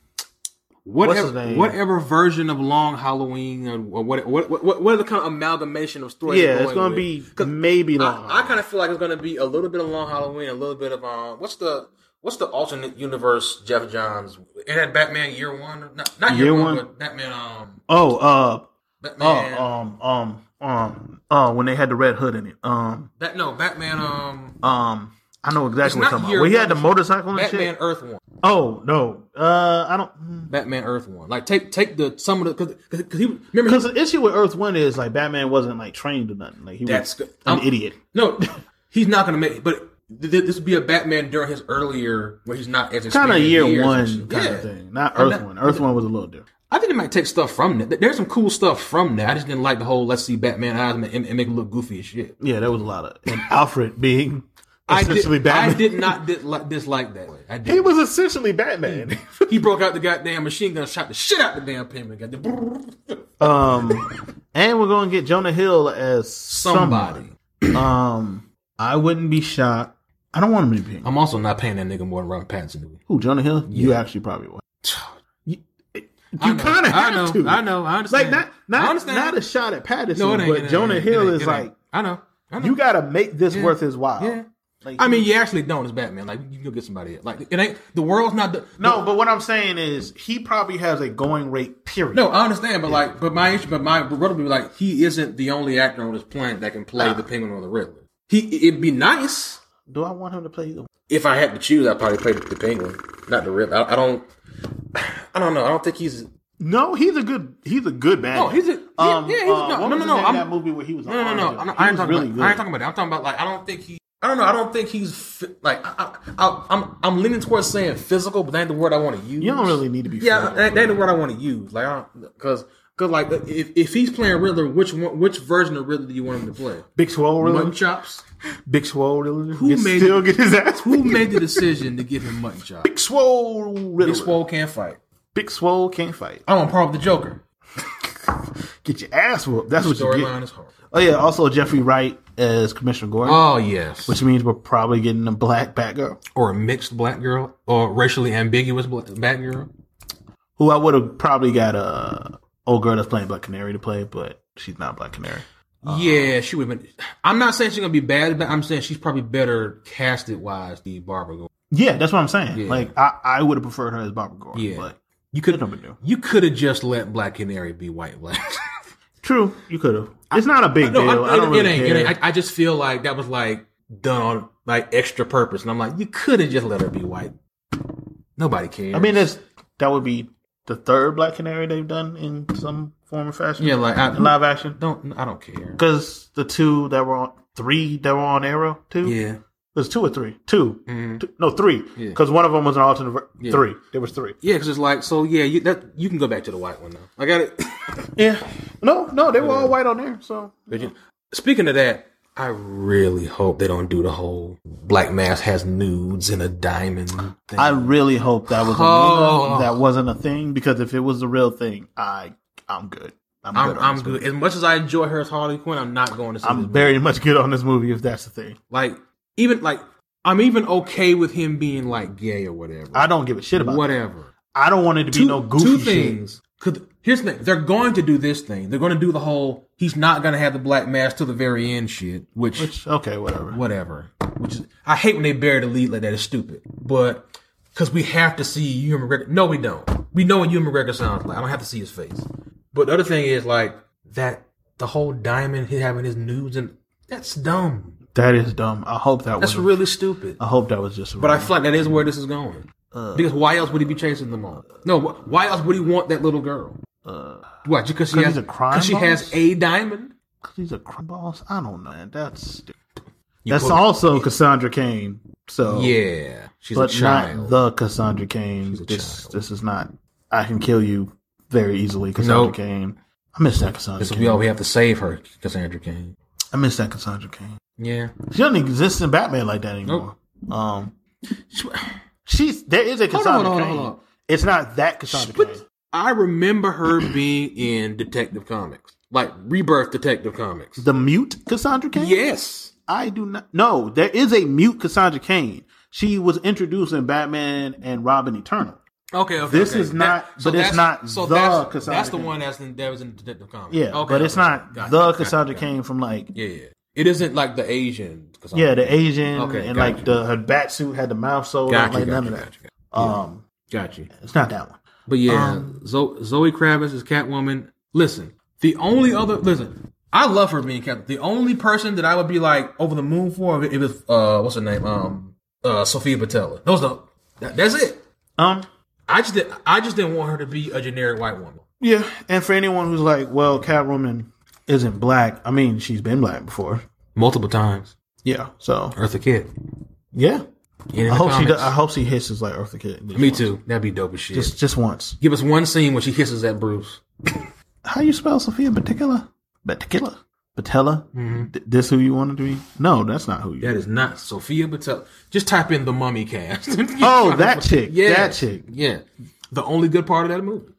Whatever,
his name?
whatever version of Long Halloween or, or what, what what what what are the kind of amalgamation of stories?
yeah
you're
it's
going
gonna
with?
be maybe long.
I, I kind of feel like it's gonna be a little bit of Long Halloween, a little bit of um, what's the what's the alternate universe Jeff Johns? It had Batman Year One, not, not Year,
Year
One,
One?
but Batman um
oh uh
Batman
oh um um um uh when they had the red hood in it um
Bat, no Batman um
um I know exactly what you're
It's not
talking
year
about. Where he
one,
had the
it's
motorcycle and
Batman
shit.
Earth One,
Oh no, uh I don't
Batman Earth One. Like take take the some of the because he remember
because the issue with Earth One is like Batman wasn't like trained or nothing. Like he
That's
was
good.
an
I'm-
idiot.
No, he's not going to make. But th- th- this would be a Batman during his earlier, where he's not as
Kind of
experienced
year
years
one
and shit.
kind
Yeah.
of thing, not Earth
not-
One. Earth One was a little different.
I think they might take stuff from that. There's some cool stuff from that. I just didn't like the whole let's see Batman eyes and, and make it look goofy as shit.
Yeah, there was a lot of and Alfred being
I did,
essentially Batman.
I did not dislike, dislike that. I did.
He
He,
was essentially Batman.
broke out the goddamn machine gun, shot the shit out the damn payment. Got the
um, and we're gonna get Jonah Hill as
somebody.
someone. Um, I wouldn't be shocked. I don't want him to be.
I'm also not paying that nigga more than Robert Pattinson. do.
Who Jonah Hill? You actually probably would.
I
You
know,
kind of
I
have
know,
to.
I know. I
Like
understand.
not
I
not
understand.
not a shot at Patterson,
No, it ain't, it
but
ain't,
Jonah
it ain't,
Hill
it ain't,
is
it ain't.
like
I know. I know.
you gotta make this worth his while.
Yeah.
Like,
I mean, you actually don't. It's Batman. Like you can go get somebody. else. Like it ain't the world's not. The,
no, but what I'm saying is he probably has a going rate. Period.
no, I understand. But like, but my issue, but my brother would be like, he isn't the only actor on this planet that can play the Penguin or the Riddler. He it'd be nice
Do I want him to play either? one?
if I had to choose. I'd probably play the, the Penguin, not the Riddler. I, I don't. I don't know. I don't think he's.
No, he's a good. He's a good Batman.
No, he's a-
Um,
yeah, he's-
uh,
no,
what
no,
was
no,
the
no,
name of
I'm-
that movie where he was.
No, no, no. I'm not, I ain't talking
really
about.
good.
I ain't talking about. That. I'm talking about like I don't think he. I don't know. I don't think he's f- like I, I, I'm. I'm leaning towards saying physical, but that ain't the word I want to use.
You don't really need to be.
Yeah,
physical.
that, that's the word I want to use. Like, I because because like if, if he's playing Riddler, which one, which version of Riddler do you want him to play?
Big Swole
Mutton
really.
chops.
Big Swole really. Who
made-
still get his ass?
Who
beat.
made the decision to give him mutton chops?
Big Swole really.
Big Swole can't fight.
Big Swole can't fight.
I want to with the Joker.
Get your ass whooped. That's what you
Storyline
get.
is horrible.
Oh yeah. Also Jeffrey Wright as Commissioner Gordon,
Oh yes,
which means we're probably getting a black Batgirl,
or a mixed black girl or racially ambiguous black, black girl.
who I would have probably got a old girl that's playing Black Canary to play, but she's not Black Canary.
yeah, she would have been. I'm not saying she's gonna be bad, but I'm saying she's probably better casted wise than Barbara. Gordon.
Yeah, that's what I'm saying. Like I, I would have preferred her as Barbara Gordon,
Yeah.
but
You
could
could
have been new.
you could have just let Black Canary be white black.
True, you could have. It's not a big
No,
deal. I,
I, it,
don't really
it ain't.
care.
It ain't. I, I just feel like that was like done on like extra purpose, and I'm like, you could have just let her be white. Nobody cares.
I mean, that's that would be the third Black Canary they've done in some form or fashion.
yeah, like I
in live action.
don't. I don't care.
Because the two that were on three that were on Arrow, two.
Yeah,
It was two or three. Two.
Mhm.
Two- no, three.
Yeah.
Because one of them was an alternate. ver- Three. There was three.
yeah, because it's like so. Yeah, you that you can go back to the white one though. I got it.
Yeah. No, no, they were all white on there. So
But you- Speaking of that, I really hope they don't do the whole Black Mass has nudes and a diamond thing.
I really hope that was a rumor,
Oh.
that wasn't a thing because if it was the real thing, I I'm good. I'm
I'm,
good. on
I'm
this
good.
movie.
As much as I enjoy her as Harley Quinn, I'm not going to see this
I'm
movie.
very much good on this movie if that's the thing.
Like even like I'm even okay with him being like gay or whatever.
I don't give a shit about it.
whatever.
I don't want it to be
Two,
no goofy
two
shit.
things. Could here's the thing. They're going to do this thing. They're going to do the whole he's not going to have the black mask till the very end shit, which
Which okay, whatever.
whatever. Which is, I hate when they bury the lead like that. It's stupid, but because we have to see Hugh McGregor. No, we don't. We know what Hugh McGregor sounds like. I don't have to see his face. But the other thing is like that the whole diamond he having his nudes and that's dumb.
That is dumb. I hope that
That's
was.
really stupid.
I hope that was just.
But I feel like that is where this is going.
Uh.
because why else would he be chasing them all? No, wh- why else would he want that little girl? Why? Just because she has
Uh. he's a crime
Because she
boss?
has a diamond.
he's a crime boss. I don't know. Man. That's stupid.
You
that's
put-
also Cassandra Cain. So
Yeah, she's
but
a child.
not the Cassandra Cain.
a
This
child.
this is not. I can kill you very easily, Cassandra
Nope.
Cain. I miss that Cassandra.
so
Cain.
we all we have to save her, Cassandra Cain.
I miss that Cassandra Cain.
Yeah,
She doesn't exist in Batman like that anymore. Um, she's there is a
on,
Cassandra
hold on,
Cain.
hold on.
It's not that Cassandra
But-
Cain.
I remember her being in Detective Comics, like Rebirth Detective Comics.
The mute Cassandra Cain.
yes,
I do not. No, there is a mute Cassandra Cain. She was introduced in Batman and Robin Eternal.
Okay, okay.
This
okay.
is not- but it's
that's-
not
so
the
that's,
Cassandra
That's the
Cain.
one that's in, that was in Detective Comics.
Yeah,
okay,
but it's
okay.
not
Got
the
you, got
Cassandra
you, got you.
Cain from like yeah,
Yeah, yeah. It isn't like the Asian Cassandra.
the Asian
Okay,
and
got
like
you.
the her bat suit had the mouth sewed
Got
up,
you,
like
got
none
you,
of that.
got you,
Um,
Got you.
it's not that one.
But yeah,
Um,
Zo- Zoe Kravitz is Catwoman. Listen, the only other listen, I love her being Catwoman. The only person that I would be like over the moon for if it was uh what's her name um uh Sophia Patella. Those no, that, that's it.
Um,
I just did, I just didn't want her to be a generic white woman.
yeah, and for anyone who's like, well, Catwoman isn't black. I mean, she's been black before.
Multiple times,
Yeah, so
Eartha Kitt.
yeah,
In the
I hope she.
comics.
Does, I hope she hisses like Eartha Kitt.
Me too. That'd be dope as shit.
Just, just once.
Give us one scene where she hisses at Bruce.
How you spell Sophia Batella? Batella. Batella.
Mm-hmm.
Th- this who you wanted to be? No, that's not who you.
That is not Sophia Patella. Just type in the Mummy cast.
oh, that chick. That chick.
Yeah, the only good part of that movie.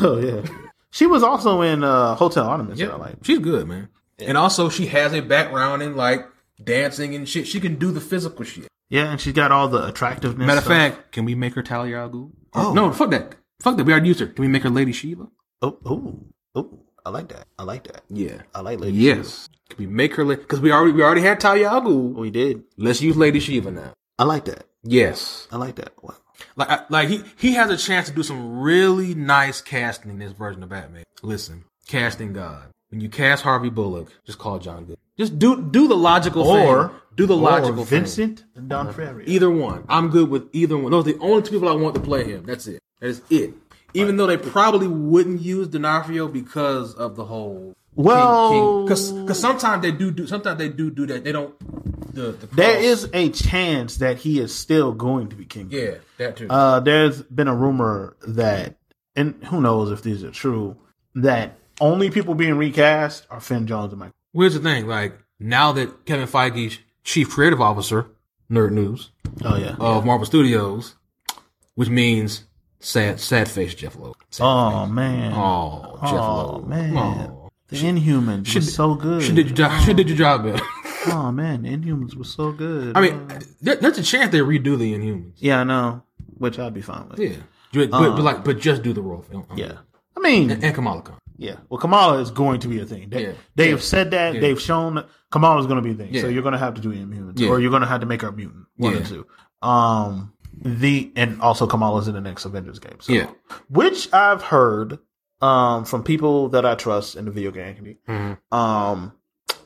Oh yeah. She was also in uh, Hotel Ornaments. that I like.
she's good, man. And also, she has a background in like dancing and shit. She can do the physical shit.
Yeah, and she's got all the attractiveness.
Matter of
stuff.
fact, can we make her Talia al Ghul? Oh no, fuck that, fuck that. We already used her. Can we make her Lady Shiva?
Oh, oh, oh! I like that. I like that.
Yeah.
I like Lady.
Yes. Can we make her? Because we already we already had Talia al Ghul.
We did.
Let's use Lady Shiva now.
I like that.
Yes.
I like that. Wow.
Like, I, like he he has a chance to do some really nice casting in this version of Batman. Listen, casting God. When you cast Harvey Bullock, just call John Good. Just do do the logical
Or
thing. Do the logical
or
thing.
Vincent D'Onofrio.
Either one. I'm good with either one. Those are the only two people I want to play him. That's it. That is it. Even though they probably wouldn't use D'Onofrio because of the whole
Well-
because sometimes they do do sometimes they do do that. They don't. The, the
There
cross-
is a chance that he is still going to be king.
yeah that too.
Uh, there's been a rumor that, and who knows if these are true, that only people being recast are Finn Jones and Mike.
Here's the thing, like now that Kevin Feige's chief creative officer, nerd news
Oh yeah.
of Marvel Studios, which means sad, sad face Jeff Lowe. Sad
oh man.
face. oh, Jeff
Oh,
Lowe,
man.
oh.
The Inhumans was so good.
She did your job. She did your job better.
Oh man, the Inhumans was so good.
I mean, there, there's a chance they redo the Inhumans.
yeah, I know. Which I'd be fine with.
Yeah, but, but, but like, but just do the role film.
Um, Yeah. I mean,
and Kamala Khan.
yeah. Well, Kamala is going to be a thing. They,
Yeah.
they have said that. They've shown that Kamala's going to be a thing. So
Yeah.
you're going to have to do Inhumans,
Yeah.
or you're going to have to make her a mutant. One or
Yeah.
two. Um, the and also Kamala's in the next Avengers game. So.
Yeah,
which I've heard um, from people that I trust in the video game community.
Mm-hmm.
Um,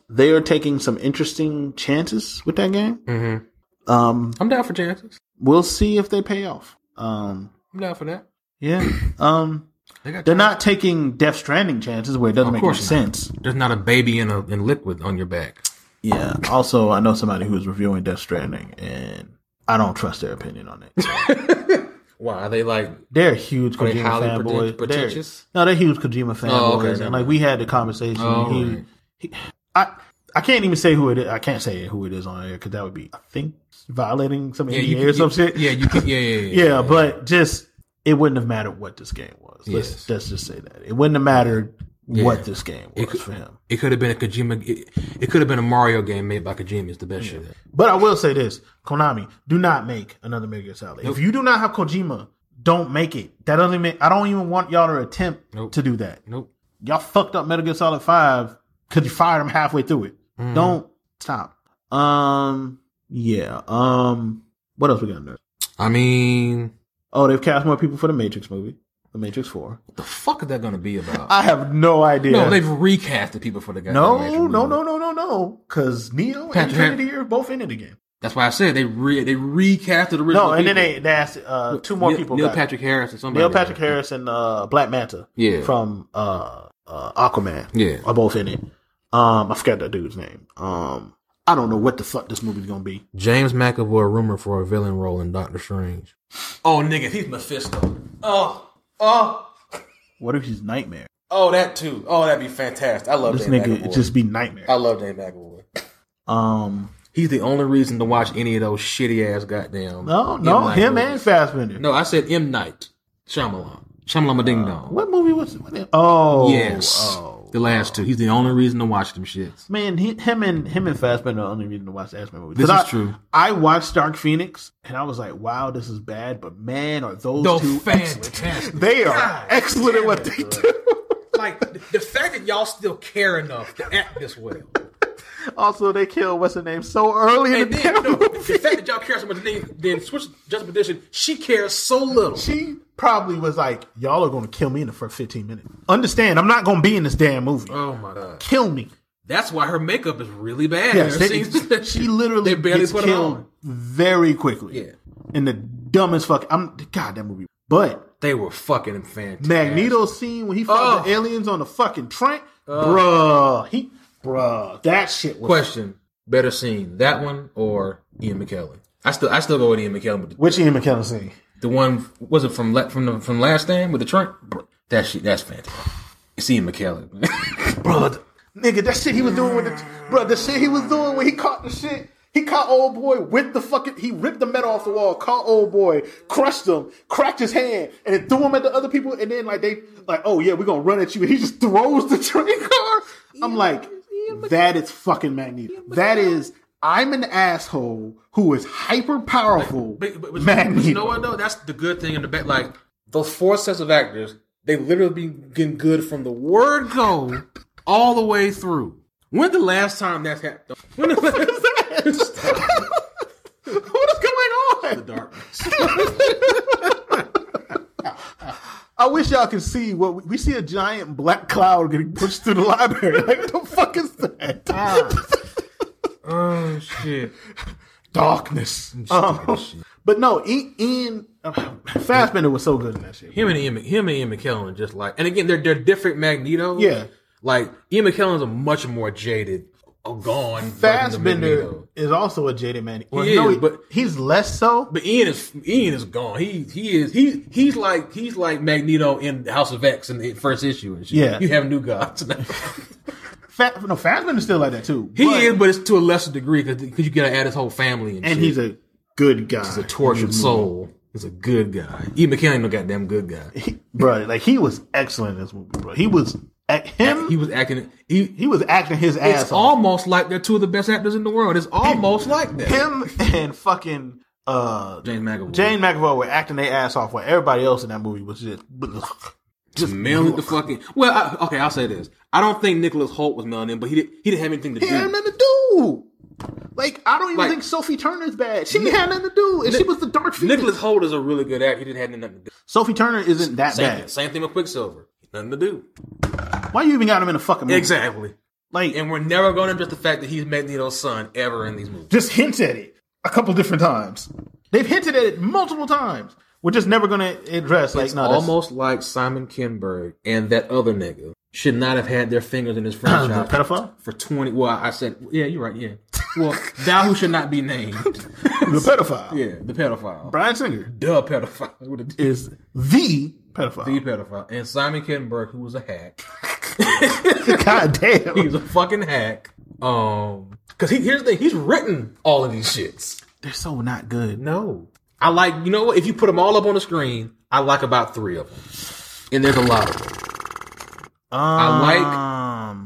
they are taking some interesting chances with that game.
Mhm.
Um,
I'm down for chances.
we'll see if they pay off. Um,
I'm down for that.
yeah. Um,
They got
they're not taking Death Stranding chances where it doesn't make any
course
sense.
There's not a baby in a in liquid on your back.
Yeah. Also, I know somebody who is reviewing Death Stranding, and I don't trust their opinion on it.
Why are they like?
They're huge
Are they
Kojima
highly
fanboys.
pretent-
They're-
pretentious?
no, they're huge Kojima fanboys,
Oh, okay, never
and like we had the conversation.
Oh,
he,
right.
he- I, I can't even say who it is. I can't say who it is on air because that would be, I think, violating some NDA or
can-
some shit.
Yeah, you can. Yeah, yeah, yeah.
yeah, but just it wouldn't have mattered what this game was. Let's,
Yes.
let's just say that it wouldn't have mattered
Yeah.
what this game was
could-
for him.
It could have been a Kojima. It, it could have been a Mario game made by Kojima. Is the best shit.
But I will say this: Konami, do not make another Metal Gear Solid. If you do not have Kojima, don't make it. That doesn't mean I don't even want y'all to attempt
Nope.
to do that.
Nope.
Y'all fucked up Metal Gear Solid Five because you fired him halfway through it.
Mm-hmm.
Don't stop. Um, yeah. Um, what else we got? There?
I mean,
Oh, they've cast more people for the Matrix movie, the Matrix Four.
what the fuck is that going to be about?
I have no idea.
No, they've recast the people for the guy.
No, no, no, no, no, no. Because Neo and
Patrick-
Trinity are both in it again.
That's why I said they re they recast the original.
No, and then
people.
they, they asked uh, two more
Neil,
people.
Neil
got-
Patrick Harris or somebody.
Neil
like
Patrick
that.
Harris and uh, Black Manta
Yeah.
from uh, uh, Aquaman
Yeah.
are both in it. Um, I forgot that dude's name. Um, I don't know what the fuck this movie's gonna be.
James McAvoy rumor for a villain role in Doctor Strange. Oh nigga, he's Mephisto. Oh, oh,
What if he's Nightmare?
oh, that too. Oh, that'd be fantastic. I love
This nigga it'd just be Nightmare.
love James McAvoy.
Um,
He's the only reason to watch any of those shitty ass goddamn.
no, no,
Night
him and
movies.
Fassbender.
No, I said M Night Shyamalan. Shyamalan Ding Dong.
What movie was? What, oh,
Yes,
oh.
the last two. He's the only reason to watch them shits.
Man, he, him and him and Fassbender are the only reason to watch the X Men movies.
This
'Cause
is
I,
true.
I watched Dark Phoenix and I was like, "Wow, this is bad," but man, are those
No,
two excellent?
fantastic.
They are
God
excellent at
damn
what
it,
they do.
bro. like th- the fact that y'all still care enough to act this way.
Also, they kill what's her name so early in
And
the
then
damn
you know,
movie.
the fact that y'all care so much, then, then switch just position. She cares so little.
She probably was like, "Y'all are gonna kill me in the first fifteen minutes." Understand? I'm not gonna be in this damn movie.
Oh my god!
kill me.
That's why her makeup is really bad.
Yes,
Her
they-
scenes-
she literally
they barely
gets
put it
killed
on.
very quickly.
Yeah.
in the dumbest fuck. I'm God that movie, but.
They were fucking fantastic.
Magneto scene when he fought
Ugh.
the aliens on the fucking train, bruh. He, bruh, that shit was.
Uh. Question: Better scene that one or Ian McKellen? I still I still go with Ian McKellen, but the,
Which Ian McKellen scene?
the one was it from la- from the from Last Stand with the trunk? Bro, That shit that's fantastic. It's Ian McKellen.
Bruh, th- nigga, that shit he was doing with the, bruh, the shit he was doing when he caught the shit. He caught old boy with the fucking. He ripped the metal off the wall, caught old boy, crushed him, cracked his hand, and then threw him at the other people. And then like they, like, oh yeah, we're gonna run at you. And he just throws the train car. I'm like, that is fucking Magneto. That is. I'm an asshole who is hyper powerful.
But, but, but,
Magneto.
but you know what though? That's the good thing in the back. Like those four sets of actors, they literally be getting good from the word go all the way through. When the last time that's happened? When the
What is going on?
darkness.
I wish y'all could see what we, we see a giant black cloud getting pushed through the library. Like, what the fuck is that?
Ah. Oh shit! Oh,
Darkness. Um, but no, I- Ian Fastbender was so good in that shit.
Him and Ian, him and Ian McKellen are just like, and again, they're they're different Magneto.
Yeah.
Like Ian McKellen's a much more jaded, a gone version of
Fastbender
Magneto.
is also a jaded man. Well,
He
no,
is, but-
he's less so.
But Ian is Ian is gone. He he is he he's like he's like Magneto in House of X in the first issue and shit.
Yeah.
you have new gods.
Fa- no, Fastbender's still like that too.
he
but-
is, but it's to a lesser degree because you gotta add his whole family and,
and
shit.
he's a good guy. He's
a tortured soul. He's a good guy. Ian McKellen, no goddamn good guy.
bro. Like he was excellent in this movie, bro. He was at him.
He was acting. He,
He was acting his ass
it's
off.
almost like they're two of the best actors in the world. It's almost like that.
him and fucking uh
James McAvoy.
Jane McAvoy were acting their ass off while everybody else in that movie was just
just mailing the fucking. Well, I, okay, I'll say this. I don't think Nicholas Holt was mailing in, but he did, he didn't have anything to
he had
do.
nothing to do. Like I don't even
Like-
think Sophie Turner's bad. She had nothing to do, and she was the Dark Phoenix.
Nicholas Holt is a really good actor. He didn't have nothing to do.
Sophie Turner isn't that
Same,
bad.
thing, same thing with Quicksilver. Nothing to do.
Why you even got him in a fucking movie?
Exactly.
Like
And we're never going to address the fact that he's Magneto's son ever in these movies.
just hint at it a couple different times. They've hinted at it multiple times. We're just never gonna address like
It's
no that's-
almost like Simon Kinberg and that other nigga should not have had their fingers in this franchise
pedophile?
for twenty. Well, I said, yeah, you're right. Yeah, Well, thou who should not be named.
The pedophile.
Yeah, the pedophile.
Brian Singer
the pedophile. With a D.
is the pedophile.
The pedophile. And Simon Kinberg, who was a hack.
God damn.
He's a fucking hack. Um, cause he, here's the thing, he's written all of these shits.
They're so not good.
No. I like, you know what? If you put them all up on the screen, I like about three of them. And there's a lot of them.
Um,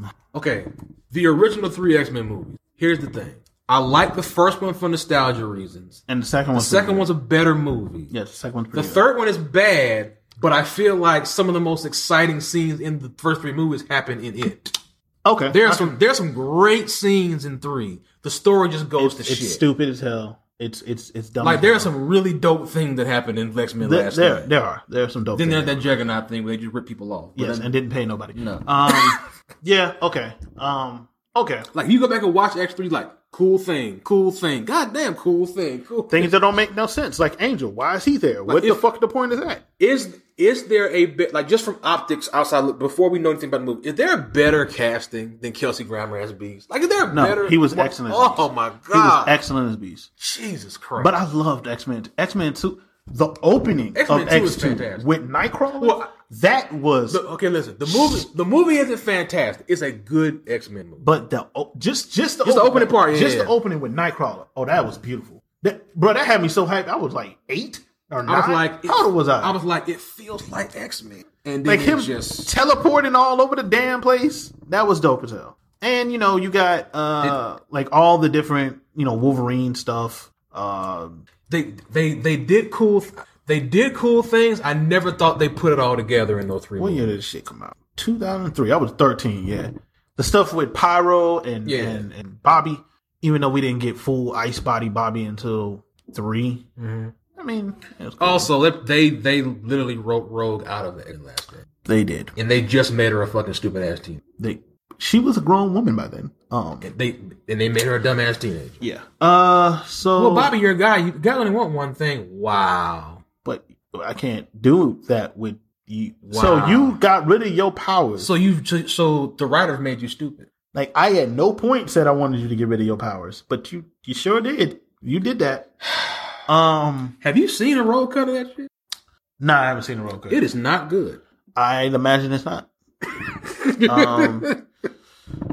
I Okay. The original three X Men movies. Here's the thing. I like the first one for nostalgia reasons.
And the second one's
The second
pretty
one's a better movie.
good. Yeah, the second one's
The
pretty good.
third one is bad, but I feel like some of the most exciting scenes in the first three movies happen in it.
Okay. Uh,
There's some there's some great scenes in three. The story just goes to
it's
shit.
stupid as hell. It's it's it's dumb.
Like
as
there are
hell.
some really dope things that happened in Lex Men
there,
last
there,
night.
there are there are some dope.
Then
things.
there's that Juggernaut thing where they just rip people off. But
yes,
then-
and didn't pay nobody.
No.
Um. yeah. Okay. Um. Okay.
like you go back and watch X three, like cool thing, cool thing, goddamn cool thing, cool. Thing.
Things that don't make no sense, like Angel. Why is he there? what the
if-
fuck? The point is that
Is is there a bit like just from optics outside? look Before we know anything about the movie, is there a better casting than Kelsey Grammer as Beast? Like, is there a
No,
better?
he was excellent as
Oh
Beast.
my god,
he was excellent as Beast.
Jesus Christ!
But I loved X Men. X Men Two. The opening
X-Men
of
2 is
X Two
fantastic.
with Nightcrawler.
Well, I-
that was.
The- okay, listen. The movie, the movie isn't fantastic. It's a good X Men movie.
but the o- just just the,
Just the opening part, yeah,
Just the
yeah.
opening with Nightcrawler. Oh, that was beautiful. That, bro, that had me so hyped. I was like eight or nine.
I was like,
how old was I?
was like, it feels like X Men, and then
like him
it just
teleporting all over the damn place. That was dope as hell. And you know, you got uh like all the different you know Wolverine stuff. Uh,
they they they did cool they did cool things. I never thought they put it all together in those three.
when
movies.
year did this shit come out? Two thousand three. I was thirteen. Yeah, the stuff with Pyro and
Yeah.
and, and Bobby. Even though we didn't get full Ice Body Bobby until 3
Mm-hmm.
I mean, it was cool.
Also, they- they they literally wrote Rogue out of it in last night,
they did.
and they just made her a fucking stupid ass teen.
They she was a grown woman by then. Um,
They and they made her a dumb ass teenager.
yeah. Uh, so
Well, Bobby, you're a guy. You guys only want one thing. Wow.
but I can't do that with you. So
Wow.
you got rid of your powers.
So you so the writers made you stupid.
like I at no point said I wanted you to get rid of your powers, but you you sure did. You did that. Um,
Have you seen a roll cut of that shit?
nah, I haven't seen the road cut.
It is not good.
I imagine it's not. um,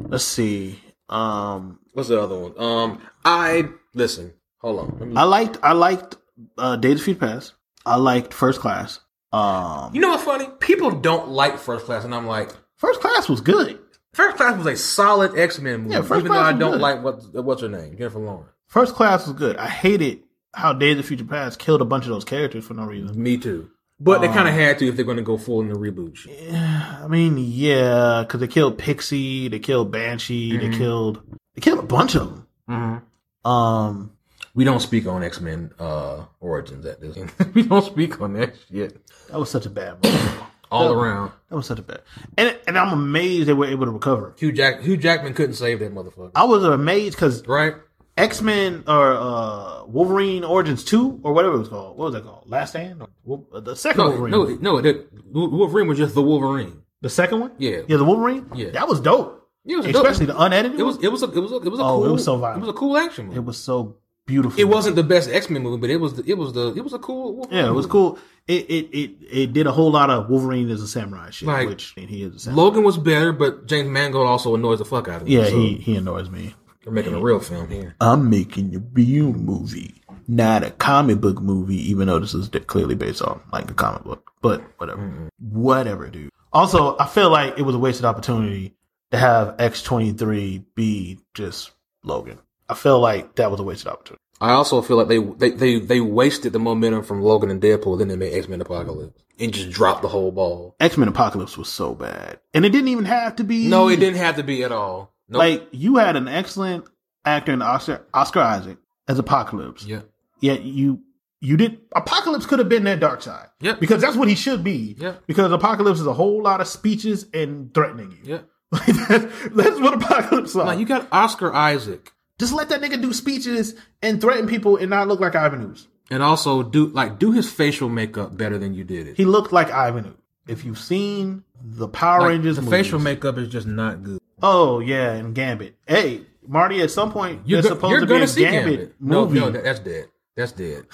let's see. Um,
What's the other one? Um, I listen. Hold on. Let me-
I liked I liked uh, Days of Future Past. I liked First Class. Um,
you know what's funny? People don't like First Class, and I'm like,
First Class was good.
First Class was a solid X Men movie,
Yeah, First
even though
Class
I
was
don't
good.
like what what's her name, Jennifer Lawrence.
First Class was good. I hated how Days of Future Past killed a bunch of those characters for no reason.
Me too. But they kind of had to if they're going to go full in the reboot. shit.
I mean, yeah, because they killed Pixie, they killed Banshee, they killed they killed a bunch of them. Um,
We don't speak on X Men uh, origins at this. we don't speak on that shit
that was such a bad movie.
all around.
that was such a bad, and and I'm amazed they were able to recover.
Hugh Jack Hugh Jackman couldn't save that motherfucker,
I was amazed because
right?
X Men or uh, Wolverine Origins Two or whatever it was called. What was that called? Last Stand? Or, Wol- uh, the second
No,
Wolverine?
no, no. That, Wolverine was just the Wolverine.
The second one?
Yeah.
yeah, the Wolverine.
Yeah.
that was dope.
It was a dope-
Especially the unedited.
It was it was a, it was a, it was a
Oh, it
cool
was so violent.
It was a cool action movie.
it was so beautiful.
It wasn't the best X Men movie, but it was the, it was the it was a cool Wolverine
Yeah, it was
movie.
cool. It it it, it did a whole lot of Wolverine as a samurai shit,
Like,
which and he is a samurai.
Logan was better, but James Mangold also annoys the fuck out of me.
yeah,
so
he he annoys me.
they're making a real film here.
I'm making a real movie, not a comic book movie, even though this is clearly based on like a comic book. But whatever, whatever, dude. Also, I feel like it was a wasted opportunity to have X23 be just Logan. I feel like that was a wasted opportunity.
I also feel like they they they, they wasted the momentum from Logan and Deadpool, then they made X Men Apocalypse and just dropped the whole ball.
X Men Apocalypse was so bad, and it didn't even have to be.
No, it didn't have to be at all. No,
Like you had an excellent actor in Oscar Oscar Isaac as Apocalypse.
yeah,
Yet you you did Apocalypse could have been that dark side.
Yeah.
Because that's what he should be.
Yeah.
Because Apocalypse is a whole lot of speeches and threatening you.
yeah.
Like that's, that's what Apocalypse is.
Like you got Oscar Isaac,
Just let that nigga do speeches and threaten people and not look like Ivan Ooze.
and also do like do his facial makeup better than you did it.
He looked like Ivan Ooze. If you've seen the Power
Like,
Rangers
the
movies-
facial makeup is just not good.
Oh yeah, and Gambit. Hey, Marty, at some point,
You're,
you're
go-
supposed
you're
to be
gonna
a
see
Gambit,
Gambit. No,
movie.
no, that- that's dead. That's dead.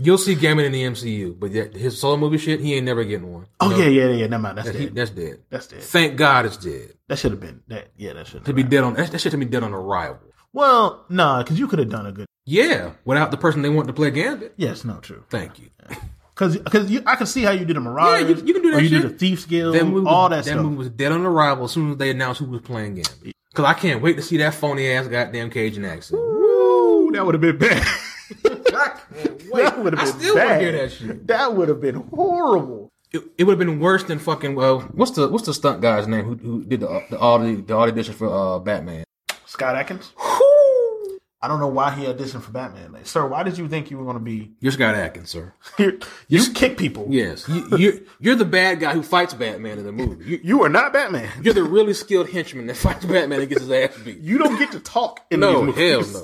You'll see Gambit in the MCU, but that, his solo movie shit, he ain't never getting one.
oh
No,
yeah, yeah, yeah. Never mind. That's
that- he-
dead.
that's dead.
That's dead.
Thank God it's dead.
That should have been that. Yeah, that should
To
have
be
been.
dead on that, that shit to be dead on arrival.
Well, nah, because you could have done a good.
Yeah, without the person they want to play Gambit.
Yes, no, true.
Thank you.
Because because I can see how you did a Mirage.
Yeah, you- you can do
Or
that
you did
shit.
a Thief's Guild.
That movie,
all that,
was, that
stuff.
movie was dead on arrival as soon as they announced who was playing Gambit. Because I can't wait to see that phony ass goddamn Cajun accent.
Woo, that would have been bad.
I can't wait.
that would have
I
been
still
bad.
want to hear that shit.
That would have been horrible.
It, it would have been worse than fucking. Well, what's the what's the stunt guy's name who, who did the the all the the audition for uh, Batman?
Scott Atkins. I don't know why he auditioned for Batman. Like, sir, why did you think you were going to be?
You're Scott Atkins, sir.
You, kick people.
Yes, you, you're you're the bad guy who fights Batman in the movie. You,
You are not Batman.
you're the really skilled henchman that fights Batman and gets his ass beat.
You don't get to talk in
No,
these
hell
movies.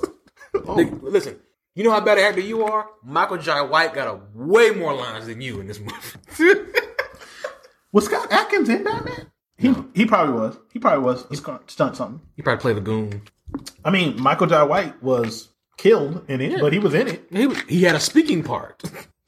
no. Nigga, Listen, you know how bad an actor you are? Michael Jai White got a way more lines than you in this movie.
Was Scott Atkins in Batman? He he probably was. He probably was. He stunt something.
he probably played the goon.
I mean, Michael J. White was killed in it, but he was in it.
He, was- he had a speaking part.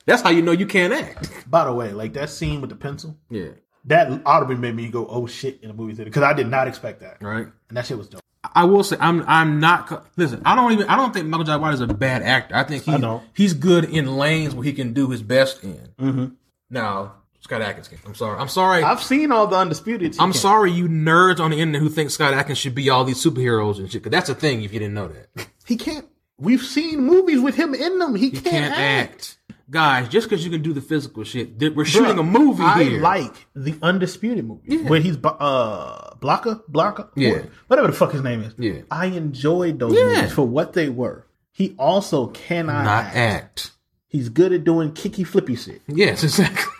That's how you know you can't act.
By the way, like that scene with the pencil,
Yeah.
that audibly made me go, "Oh shit!" in the movie theater because I did not expect that,
Right.
and that shit was dope.
I will say I'm I'm not co- listen. I don't even I don't think Michael Jai White is a bad actor. I think he,
I know.
he's good in lanes where he can do his best in. Mm-hmm. Now Scott Atkins, can. I'm sorry. I'm sorry.
I've seen all the undisputed.
I'm sorry, you nerds on the internet who think Scott Atkins should be all these superheroes and shit. Because that's a thing if you didn't know that.
He can't. We've seen movies with him in them. He, can't,
can't
act.
act. Guys, just because you can do the physical shit, th- we're shooting a movie
I
here.
like the undisputed movie
Yeah.
where he's bu- uh Blocker, Blocker,
Yeah.
whatever the fuck his name is.
Yeah.
I enjoyed those
Yeah.
movies for what they were. He also cannot
not
act.
act.
He's good at doing kicky flippy shit,
Yes, exactly.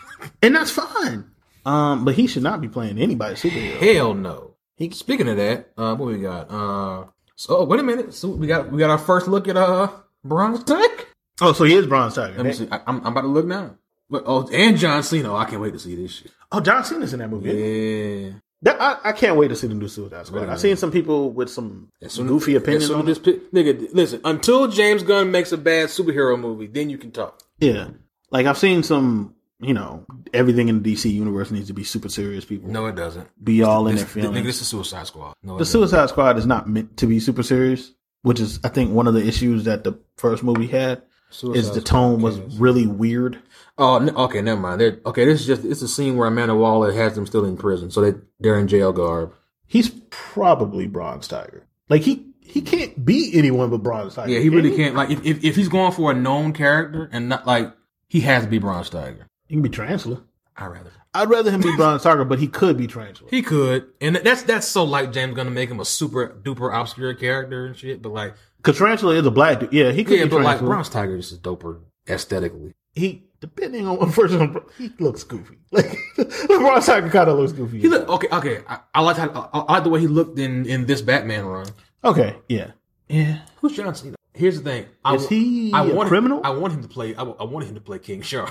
and that's fine. Um, but he should not be playing anybody's superhero.
Hell no. Speaking of that, uh, what we got? Uh, so oh, wait a minute. So we got we got our first look at uh Bronze Tech.
Oh, so he is Bronze Tiger.
Let me see. I, I'm, I'm about to look now. But oh, and John Cena. Oh, I can't wait to see this shit.
Oh, John Cena's in that movie.
Yeah.
That, I, I can't wait to see them do Suicide Squad.
Wait a
I've seen some people with some
As soon as-
goofy
as
opinions
soon
on
as
this.
this pi- nigga, listen. Until James Gunn makes a bad superhero movie, then you can talk.
Yeah, like I've seen some. You know, everything in the DC universe needs to be super serious. People
No, it doesn't.
be all in their
This, nigga,
feelings.
this is Suicide Squad. No,
the
it doesn't.
Suicide Squad is not meant to be super serious, which is I think one of the issues that the first movie had is
Suicide
the
Squad
tone was really weird.
Oh, n okay, never mind. They're, okay, this is just it's a scene where Amanda Waller has them still in prison, so they they're in jail garb.
He's probably Bronze Tiger. Like he he can't be anyone but Bronze Tiger.
Yeah, he really can't. Like, if, if if he's going for a known character and not like he has to be Bronze Tiger.
He can be Tarantula.
I rather
I'd rather him be Bronze Tiger, but he could be Tarantula.
he could, and that's that's so like James gonna make him a super duper obscure character and shit. But like,
Because Tarantula is a black dude. Yeah, he could
yeah,
be
but like
Tarantula.
Bronze Tiger just is doper aesthetically.
he depending on what version of he looks goofy. Like Bronze Tiger kind of looks goofy.
He look okay, okay. I, I like how I, I like the way he looked in in this Batman run.
okay. Yeah. Yeah.
Who's John Cena? Here's the thing. I,
Is
wa-
he
I
a
want
criminal?
I want him to play. I, wa- I wanted him to play King Shark.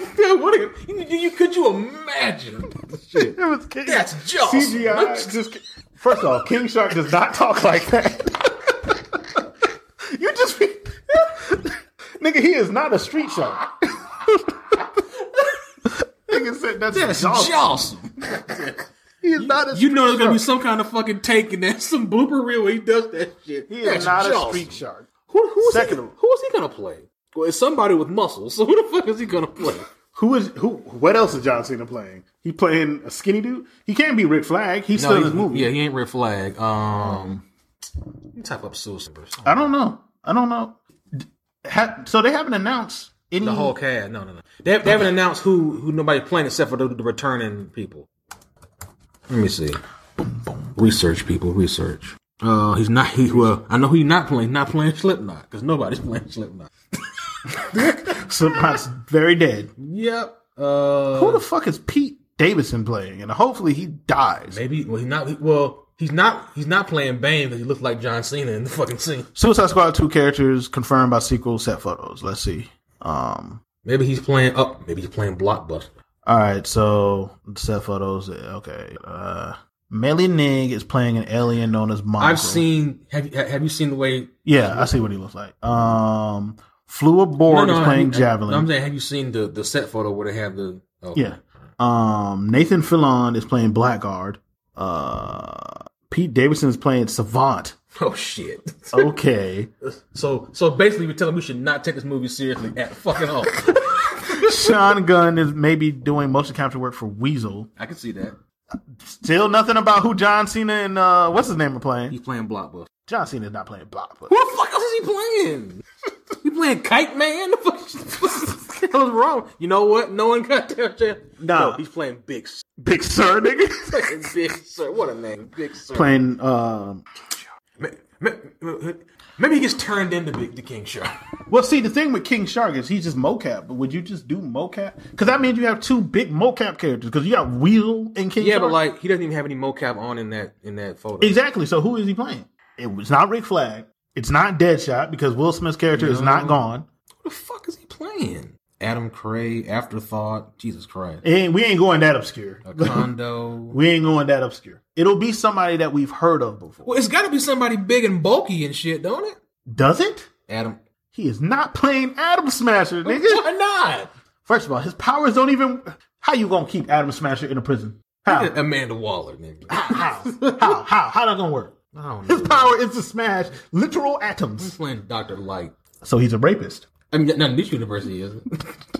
I wanted him. You, you- you- could you imagine? Shit.
It was King.
That's Joss.
CGI. Just, first off, King Shark does not talk like that. you just be, nigga. He is not a street shark. nigga said that's,
That's
Jaws.
Joss.
He is not a
You know there's
street
gonna be
shark.
some kind of fucking take in there, some blooper reel where he does that shit.
He
That's
is not
Joss.
a street shark.
Who, who, is
Second
he,
of all-
who is he gonna play? Well, it's somebody with muscles. So who the fuck is he gonna play?
Who is who? What else is John Cena playing? He playing a skinny dude. He can't be Rick Flag. He's still in this movie.
Yeah, he ain't red flag. Um, you type up suicide. or something.
I don't know. I don't know. D- Ha- so they haven't announced any.
The whole cast. No, no, no. They, they haven't announced who who nobody's playing except for the, the returning people. Let me see. Research people, research. Uh, he's not. He well, I know who he's not playing. He's not playing Slipknot because nobody's playing Slipknot.
Slipknot's very dead.
Yep. Uh,
Who the fuck is Pete Davidson playing? And hopefully he dies.
maybe. Well, he's not. he- Well, he's not. He's not playing Bane because he looked like John Cena in the fucking scene.
Suicide Squad two characters confirmed by sequel set photos. Let's see. Um.
Maybe he's playing. Oh, maybe he's playing Blockbuster.
All right. So set photos. Okay. Uh. Melly Nig is playing an alien known as Mongrel.
I've seen. Have you have you seen the way?
Yeah, I see what he looks like. Um, Flua Borg is playing
have you-
Javelin.
no, I'm saying, have you seen the the set photo where they have the? Oh,
yeah. Um, Nathan Fillion is playing Blackguard. Uh, Pete Davidson is playing Savant.
Oh shit.
Okay.
So so basically, we're telling them we should not take this movie seriously at fucking all.
Sean Gunn is maybe doing motion capture work for Weasel.
I can see that.
Still nothing about who John Cena and uh, what's his name are playing.
He's playing blockbuster.
John Cena's not playing Block, but
What the fuck else is he playing? he playing Kite Man? The fuck the hell is wrong? You know what? No one got there. Jeff.
Nah.
No, he's playing Big Sir.
Big Sir nigga
Fucking Big Sir. What a name. Big Sir.
playing. Um,
Ma- ma- ma- Maybe he gets turned into Big the King Shark.
well, see the thing with King Shark is he's just mocap. But would you just do mocap? Because that means you have two big mocap characters. Because you got Weasel and King.
Yeah,
Shark.
but like he doesn't even have any mocap on in that in that photo.
Exactly. So who is he playing? It was not Rick Flag. It's not Deadshot because Will Smith's character is not gone.
What the fuck is he playing? Adam Cray, Afterthought, Jesus Christ,
And we ain't going that obscure.
a condo.
We ain't going that obscure. It'll be somebody that we've heard of before.
Well, it's got to be somebody big and bulky and shit, don't it?
Does it?
Adam,
He is not playing Adam Smasher, nigga.
why not?
First of all, his powers don't even. How you gonna keep Adam Smasher in a prison? How?
Amanda Waller, nigga. I
How? How? How? How that gonna work?
don't
His
know.
power is to smash literal atoms.
He's playing Doctor Light.
So he's a rapist.
I mean, not in this university, is it?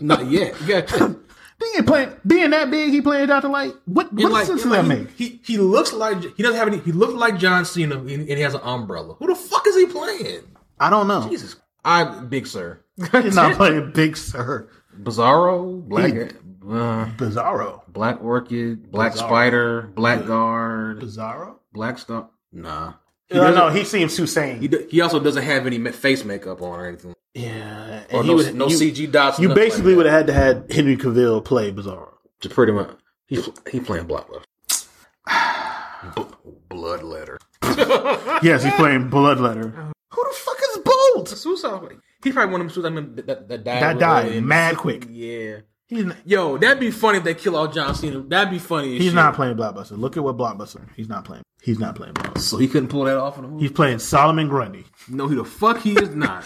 not yet. You gotta check.
He ain't playing. Being that big, he playing Doctor Light. What? What
And like,
sense does
and
that
like,
make?
He, he looks like he doesn't have any. He looks like John Cena, and, and he has an umbrella. Who the fuck is he playing?
I don't know.
Jesus, I Big Sir,
He's not playing Big Sir.
Bizarro, Black, uh,
Bizarro.
Black Orchid, Black Spider, Black Guard,
Bizarro?
Black Star. Nah,
No, no, Uh, he seems too sane.
he, do- he also doesn't have any ma- face makeup on or anything.
yeah. and
Or no,
he would-
no
you,
CG dots.
You
nothing like
basically
that.
would have had to had Henry Cavill play Bizarro.
Just pretty much. He he playing blockbuster. B- Bloodletter.
yes, he's playing Bloodletter. Who the fuck is Bolt?
Suicide. He's probably one of them suicide men that, that, that died.
That
really
died
and-
mad quick.
Yeah.
He's not,
Yo, that'd be funny if they kill all John Cena. That'd be funny. as
he's
shit.
not playing Blockbuster. Look at what Blockbuster. He's not playing. He's not playing Blockbuster.
So he couldn't pull that off in the movie.
He's playing Solomon Grundy.
No, he the fuck he is not.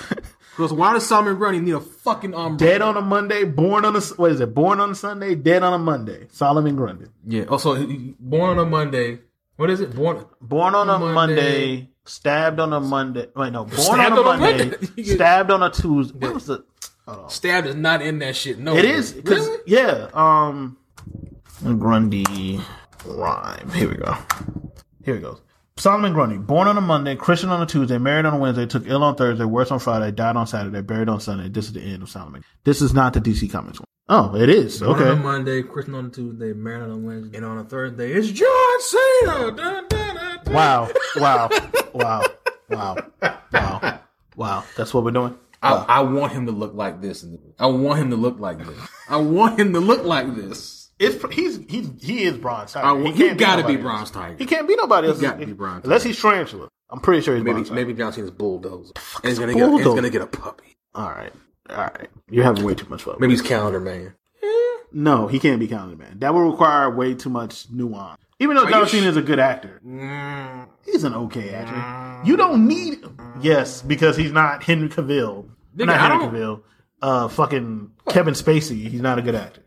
Because why does Solomon Grundy need a fucking umbrella?
Dead on a Monday, born on a what is it? Born on a Sunday, dead on a Monday. Solomon Grundy.
Yeah. Also, he- he- born on a Monday. What is it? Born.
Born on a Monday,
Monday.
stabbed on a Monday. Wait, no, born on
Stabbed
a
on a
Monday,
Monday.
stabbed on a Tuesday. What was the?
Stabbed is not in that shit. No.
Oh. It is because
Really?
yeah. Um, Grundy rhyme. Here we go. Here it goes. Solomon Grundy, born on a Monday, Christian on a Tuesday, married on a Wednesday, took ill on Thursday, worse on Friday, died on Saturday, buried on Sunday. This is the end of Solomon. This is not the DC Comics one. Oh, it is.
Born on a
Okay.
Monday, Christian on a Tuesday, married on a Wednesday, and on a Thursday, it's John Cena. Dun, dun, dun, dun.
Wow. Wow. Wow. Wow. Wow. Wow. That's what we're doing.
I, I want him to look like this. I want him to look like this. I want him to look like this.
It's he's he Uh, he is Bronze Tiger.
I want, he,
can't
gotta be
nobody
Bronze
else.
Tiger.
He can't be nobody else.
gotta be Bronze
unless he's Tarantula. I'm pretty sure he's
Maybe
Bronze Tiger.
maybe John Cena's bulldozer. And he's
a
gonna get and he's
bulldozer?
gonna get a puppy.
All right, all right. You're having way too much fun.
Maybe he's Calendar Man.
No, he can't be Calendar Man. That would require way too much nuance. Even though John
you Mm.
Cena is a good actor, he's an okay actor. You don't need yes because he's not Henry Cavill. not
I
Henry
don't-
Cavill. Uh, fucking Kevin Spacey. He's not a good actor.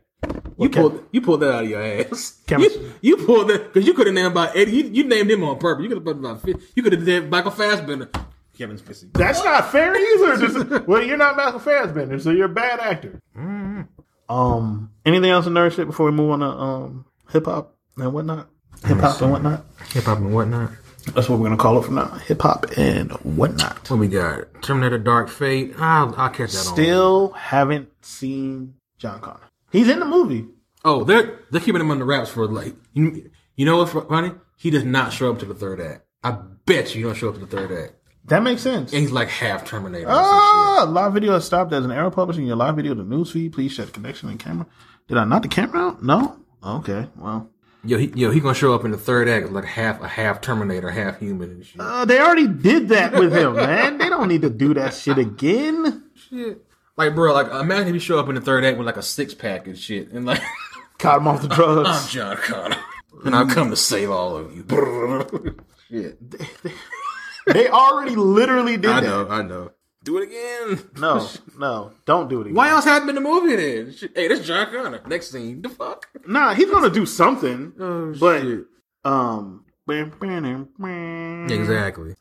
You pulled you pulled that out of your ass.
Kevin-
You, you pulled that because you could have named about Eddie. You, you named him on purpose. You could have put about Fitz- you could have named Michael Fassbender. Kevin Spacey.
That's not fair either. Just- well, you're not Malcolm Fassbender, so you're a bad actor.
Mm-hmm.
Um, anything else in nerd shit before we move on to um hip hop and whatnot, hip hop and whatnot.
Hip hop and whatnot.
That's what we're gonna call it from now. Hip hop and whatnot.
What we got? Terminator Dark Fate. I'll, I'll catch that on.
Still haven't seen John Connor. He's in the movie.
Oh, they're they're keeping him under wraps for like you, you know what's funny? He does not show up to the third act. I bet you he don't show up to the third act.
That makes sense.
And he's like half Terminator. or some shit.
Ah, live video has stopped as an error publishing your live video to news feed. Please shut connection and camera. Did I knock the camera out? No. Okay. Well,
Yo, he, yo, he gonna show up in the third act as like half a half Terminator, half human and shit.
uh, they already did that with him, man. They don't need to do that shit again.
shit. Like, bro, like imagine if you show up in the third act with like a six pack and shit, and like
Caught him off the drugs.
John Connor. and I've come to save all of you.
Yeah. They, they already literally did
I
that.
know, I know. Do it again.
No, no, don't do it again.
Why else had been the movie then? Shit, Hey, that's John Connor. Next scene, the fuck.
Nah, he's gonna do something.
Oh,
but um Exactly.
Exactly.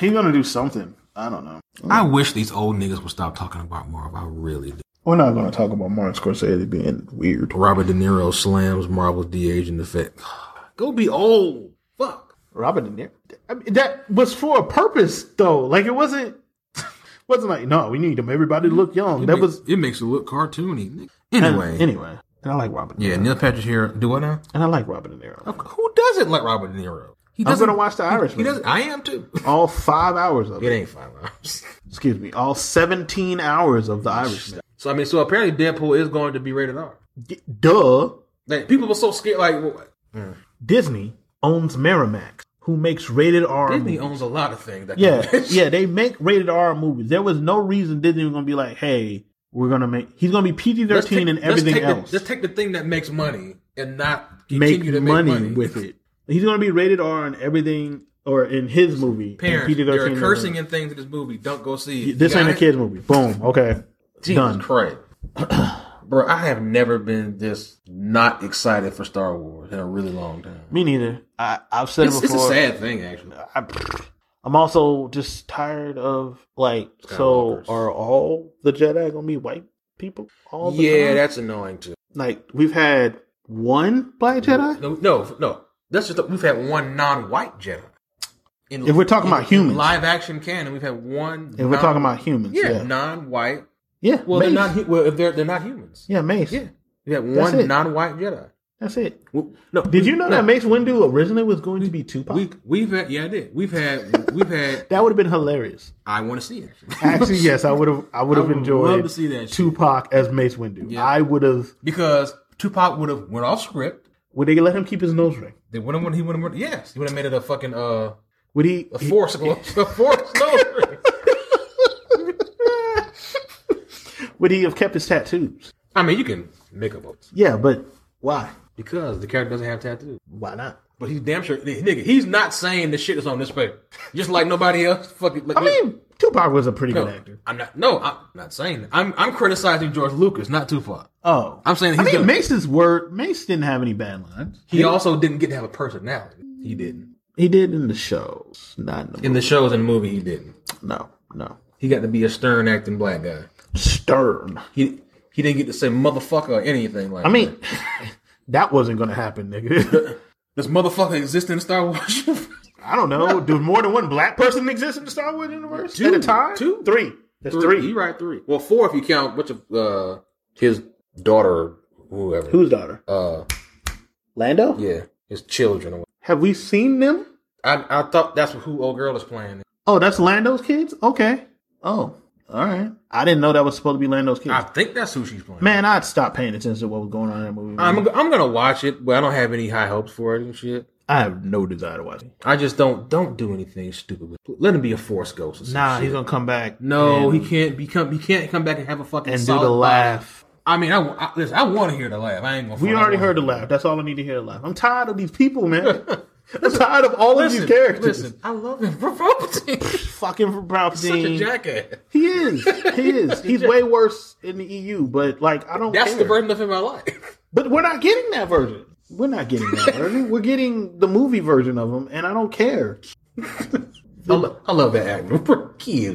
He's gonna do something. I don't know.
I wish these old niggas would stop talking about Marvel. I really do.
We're not gonna talk about Martin Scorsese being weird.
Robert De Niro slams Marvel's DH in the face. Go be old. Fuck.
Robert De Niro. I mean, that was for a purpose though. Like it wasn't wasn't like, no, we need him. Everybody to look young. That was
It makes it look cartoony. nigga. Anyway.
anyway. And I like Robert De Niro.
yeah, Neil Patrick here. Do what now?
And I like Robert De Niro.
Who doesn't like Robert De Niro? He
I'm
doesn't.
gonna watch the
he
Irishman.
doesn't. I am too.
all five hours of
it
it.
ain't five hours.
Excuse me. All seventeen hours of the Irishman.
So I mean, so apparently Deadpool is going to be rated R.
D- Duh.
Like, people were so scared. Like well,
Disney owns Merrimax, who makes rated R
Disney
movies.
owns a lot of things. That
Yeah, yeah, they make rated R movies. There was no reason Disney was gonna be like, "Hey, we're gonna make." He's gonna be PG
Let's take-
thirteen and everything
let's take
else.
The, let's take the thing that makes money and not continue
make,
to make
money
money,
with it. He's gonna be rated R in everything or in his movie.
Parents, there are
and
cursing and things in this movie. Don't go see it. You
This
got
ain't a
it?
kids movie. Boom. Okay,
Jesus
done.
Christ. Bro, I have never been this not excited for Star Wars in a really long time.
Me neither. I, I've said
It's,
it
it's a
before.
sad thing, actually.
I, I'm also just tired of like. So
Skywalkers.
are all the Jedi gonna be white people? All the
Yeah,
time?
that's annoying too.
like we've had one black Jedi.
No, no, no. That's just we've had one non-white Jedi. In,
If we're talking about humans.
live action canon, we've had one.
If we're
non-
talking about humans,
yeah,
yeah, yeah.
non-white. Well,
Well,
they're not. hu- Well, if they're they're not humans.
yeah, Mace.
Yeah, we had
That's it.
one non-white Jedi.
That's it.
W- No,
Did you know
no.
that Mace Windu originally was going to be Tupac?
We we've had yeah, I did. We've had we've had.
that would have been hilarious.
I want to see it
Actually, yes, I would have. I would
I
have
would love
enjoyed
to see that shit.
Tupac as Mace Windu. I would have.
because Tupac would have went off script.
Would they let him keep his nose ring?
They wouldn't. wouldn't- He wouldn't. wouldn't- Yes, he would have made it a fucking uh
Would he?
a force glow. A force glow.
Would he have kept his tattoos?
I mean, you can make up votes
Yeah, but why?
because the character doesn't have tattoos.
Why not?
But he's damn sure, nigga. He's not saying the shit that's on this paper, just like nobody else. Fucking. Like,
I mean, Tupac was a pretty
no,
good actor.
I'm not. No, I'm not saying. That. I'm I'm criticizing George Lucas, not Tupac.
Oh,
I'm saying
I
he's
mean,
gonna-
Mace's word. Mace didn't have any bad lines.
He also didn't get to have a personality. He didn't.
He did in the shows, not in the
In the shows and the movie, he didn't.
No, no.
He got to be a stern acting black guy.
Stern.
He he didn't get to say motherfucker or anything like.
I mean, that wasn't going to happen, nigga.
does motherfucker exist in Star Wars?
I don't know. Do more than one black person exist in the Star Wars universe at a
Two.
time?
Two.
Three. That's three.
You right? Three. Well, four if you count which of uh, his daughter, whoever.
Whose daughter?
Uh,
Lando?
yeah, his children. or
Have we seen them?
I, I thought that's who old girl is playing.
Oh, that's Lando's kids? Okay. Oh, all right. I didn't know that was supposed to be Lando's kids.
I think that's who she's playing.
Man, I'd stop paying attention to what was going on in that movie.
I'm I'm gonna watch it, but I don't have any high hopes for it and shit.
I have no desire to watch it.
I just don't don't do anything stupid. With it. Let him be a force ghost. Or some
Nah,
shit.
he's going to come back.
no,
and,
he can't become. He can't come back and have a fucking
and do
solid
the
body.
laugh.
I mean, I, wa- I listen. I want to hear the laugh. I ain't gonna.
We
front, I
already
wanna-
heard the laugh. That's all I need to hear the laugh. I'm tired of these people, man. I'm tired of all of
Listen,
these characters.
Listen, I love him for Palpatine.
Fucking for
Such a
Palpatine.
jackass.
he is. He is. He's way worse in the EU, but like I don't
That's
care.
the burden of him in my life.
But we're not getting that version. We're not getting that version. We're getting the movie version of him, and I don't care.
I, lo- I love that actor. Kill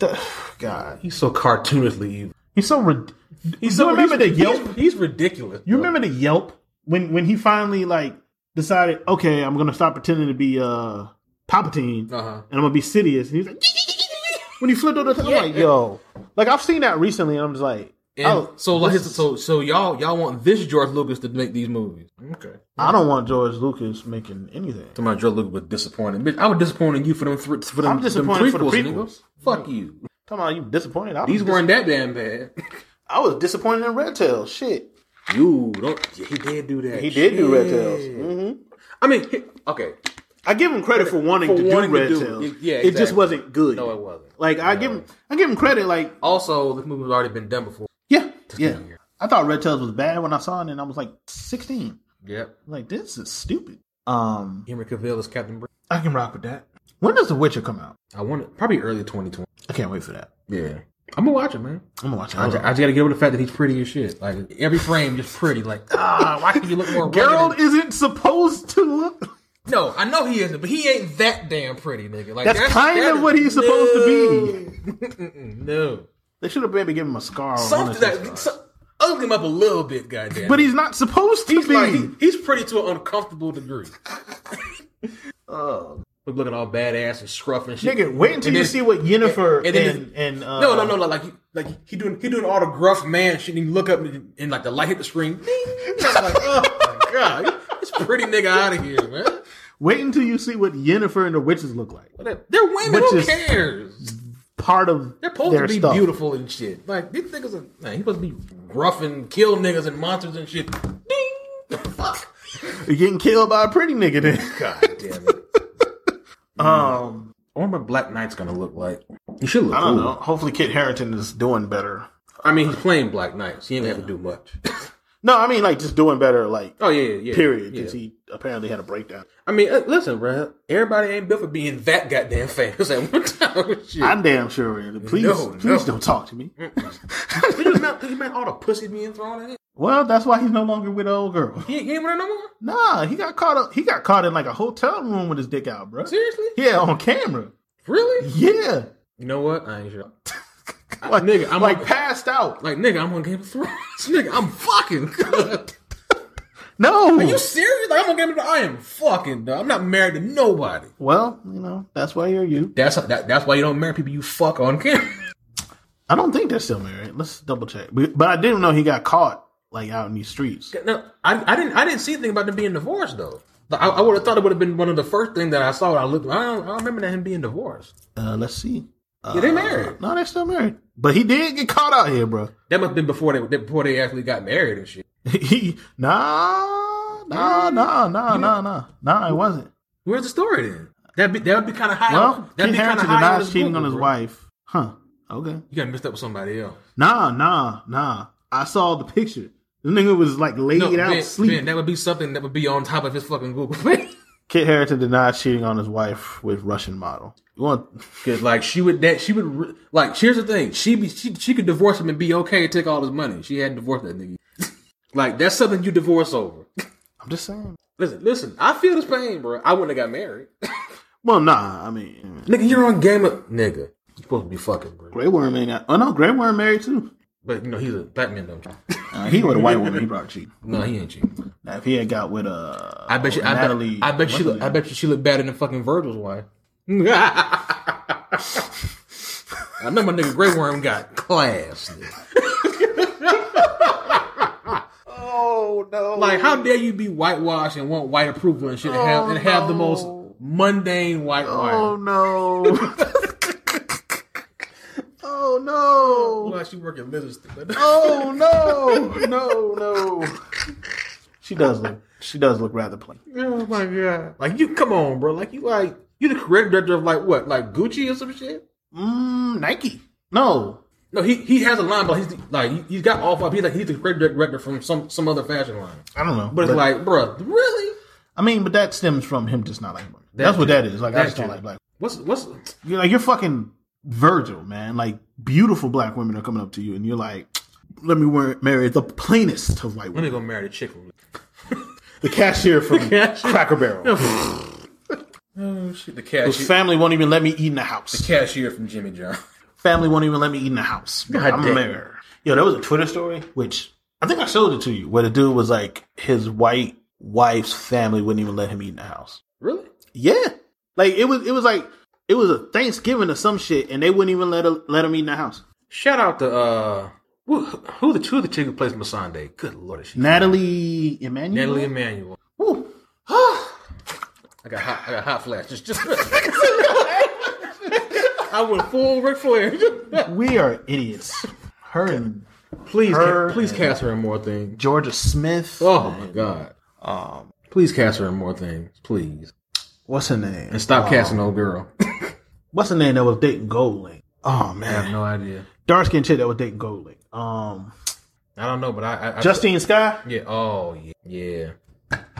The- God,
He's so cartoonishly evil.
he's so. Rid-
He's
You remember the
he's,
Yelp?
He's, he's ridiculous.
you remember the Yelp when when he finally like decided, okay, I'm gonna stop pretending to be uh Palpatine,
Uh-huh.
and I'm gonna be Sidious, and he's like, when he flipped over the top, I'm like, yo, like I've seen that recently, and I'm just like,
And
oh,
so like his- so so y'all y'all want this George Lucas to make these movies? Okay.
I don't want George Lucas making anything.
Talking about George Lucas was disappointed. Bitch, I was disappointed in you for them thr for them,
I'm disappointed
them
for the
nigga.
prequels.
Fuck you.
Talking about you disappointed. I was
These
dis-
weren't that damn bad.
I was disappointed in Red Tails. Shit,
You don't. Yeah, he did do that.
he did do Red
Shit.
Tails. hmm
I mean, he- okay.
I give him credit for wanting
For
to
wanting
do
to
Red
do it.
Tails.
It- yeah,
it just
exactly.
wasn't good.
No, it wasn't.
Like I give him, I give him credit. Like
Also, this movie was already been done before.
yeah, yeah.
Yeah.
I thought Red Tails was bad when I saw it, and I was like 16.
Yep.
Like this is stupid. Um,
Henry Cavill is Captain Britain.
I can rock with that. When does The Witcher come out?
I want it probably early 2020.
I can't wait for that.
Yeah. I'm gonna watch it, man.
I'm gonna watch it.
I just, I just gotta get over the fact that he's pretty as shit. Like every frame, just pretty. Like ah, why can't you look more? rugged
Gerald
and-
isn't supposed to look.
no, I know he isn't, but he ain't that damn pretty, nigga. Like
That's kind of what he's supposed to
to be. no,
They should have maybe given him a scar. Or one of
something
his
that
scars.
so, ugly him up a little bit, goddamn.
but he's not supposed to
he's
be.
like he- he's pretty to an uncomfortable degree.
Oh.
Look, looking all badass and scruff and shit.
Nigga, wait until
And
you
then-
see what Yennefer and
and then
and, uh,
No, no, no, like, like, he- like he doing, he doing all the gruff man shit. And you look up and, and, like the light hit the screen. Ding. It's like, oh my god, this pretty nigga out of here, man.
Wait until you see what Yennefer and the witches look like.
Whatever. They're women.
Which
Who
is-
cares?
Part of
They're supposed
their
to be
stuff.
beautiful and shit. Like these niggas are. Man, he supposed to be gruff and kill niggas and monsters and shit. Ding. Fuck.
You're getting killed by a pretty nigga then.
God damn it.
um,
I wonder what Black Knight's gonna look like. He should look.
I don't
cool.
know. Hopefully, Kit Harrington is doing better.
I mean, he's playing Black Knight, so he ain't gonna have to do much.
No, I mean like just doing better. Like
oh yeah, yeah. yeah.
period,
Yeah.
because he apparently had a breakdown.
I mean, uh, listen, bro. Everybody ain't built for being that goddamn famous at one time. Shit.
I'm damn sure. Randy. Please,
No,
please
no. Mm.
don't talk to me.
Did you not- did you man, all the pussy being thrown at him.
Well, that's why he's no longer with the old girl.
He, he ain't with her no more.
Nah, he got caught. Up, he got caught in like a hotel room with his dick out, bro.
Seriously?
Yeah, on camera.
Really?
Yeah,
You know what? I ain't sure.
like
Ah, nigga, I'm
like
on-
passed out.
Like nigga, I'm on Game of Thrones. nigga, I'm fucking.
No,
Are you serious? Like, I'm on Game of Thrones. I am fucking. Dog. I'm not married to nobody.
well, you know that's why you're you.
That's that, that's why you don't marry people you fuck on camera.
I don't think they're still married. Let's double check. But but I didn't know he got caught like out in these streets.
No, I, I didn't. I didn't see anything about them being divorced though. Like, I, I would have thought it would have been one of the first things that I saw. When I looked. I don't, I don't remember that him being divorced.
Uh, let's see.
yeah, they married.
No, they're still married. But he did get caught out here, bro.
That must have been before they before they actually got married and shit.
He nah nah nah nah nah nah nah. It wasn't.
Where's the story then? That be that would be kind of high.
Well, Kit
that'd be kinda
Harrington
high
denies
this
cheating on
Google,
his
bro.
wife. Huh. Okay.
You got mixed up with somebody else.
Nah, nah, nah. I saw the picture. The nigga was like laid
No,
out
ben,
sleep.
Ben, that would be something that would be on top of his fucking Google page.
Kit Harrington denies cheating on his wife with Russian model. You want
Cause like she would that she would re- like here's the thing she be she, she could divorce him and be okay and take all his money she hadn't divorced that nigga like that's something you divorce over
I'm just saying.
listen listen I feel this pain bro I wouldn't have got married
Well, nah. I mean,
nigga you're on game of nigga you're supposed to be fucking bro
Grey Worm ain't. That. Oh no, Grey Worm married too.
but you know he's a black man don't you
Uh, he with a white woman. He probably cheating.
no he ain't you
Now, if he had got with uh,
I bet you I
Natalie.
bet, I bet she look, I bet you she looked better than fucking Virgil's wife I know my nigga Grey Worm got class nigga.
Oh no!
Like, how dare you be whitewashed and want white approval and shit, and have, and have the most
no.
mundane white
Oh
wife?
no! oh no!
Why she working lizards?
Oh no, no, no. She does look. She does look rather plain.
oh my god! Like, you come on, bro. Like, you like you the creative director of like what, like Gucci or some shit?
Mm, Nike. No.
No, he he has a line, but he's the, like he- he's got off. He's like he's the creative director from some some other fashion line.
I don't know.
But it's like, bro, really?
I mean, but that stems from him just not like women.
That
That's what
too.
that is. Like I
That
just don't
too.
like black.
What's what's?
You're like you're fucking Virgil, man. Like beautiful black women are coming up to you, and you're like, "Let me wear, marry the plainest of white
Let
women."
me go marry the chick. From
The cashier from
cashier.
Cracker Barrel.
oh shit! The
Whose
cashier,
family won't even let me eat in the house.
cashier from Jimmy John.
family won't even let me eat in the house.
God
I'm
damn.
a mayor. Yo, there was a Twitter story, which I think I showed it to you, where the dude was like, his white wife's family wouldn't even let him eat in the house.
Really?
Yeah. Like it was it was like it was a Thanksgiving or some shit, and they wouldn't even let her, let him eat in the house.
Shout out to uh who, who the who the chick who plays Masande. Good lord, is she
Natalie Emmanuel.
Natalie Emanuel.
Ooh.
I got hot, I got hot flashes. Just I went full Ric Flair.
we are idiots. Her and
please,
Her
ca- please
and-
cast her in more things.
Georgia Smith.
Oh my god.
Um,
Please cast her in more things, please,
what's her name?
and stop casting old girl.
What's her name that was dating Golding? Oh man,
no idea.
dark skinned chick that was dating Golding. Um,
I don't know, but I, I, I
Justine Sky.
yeah. Oh yeah, yeah.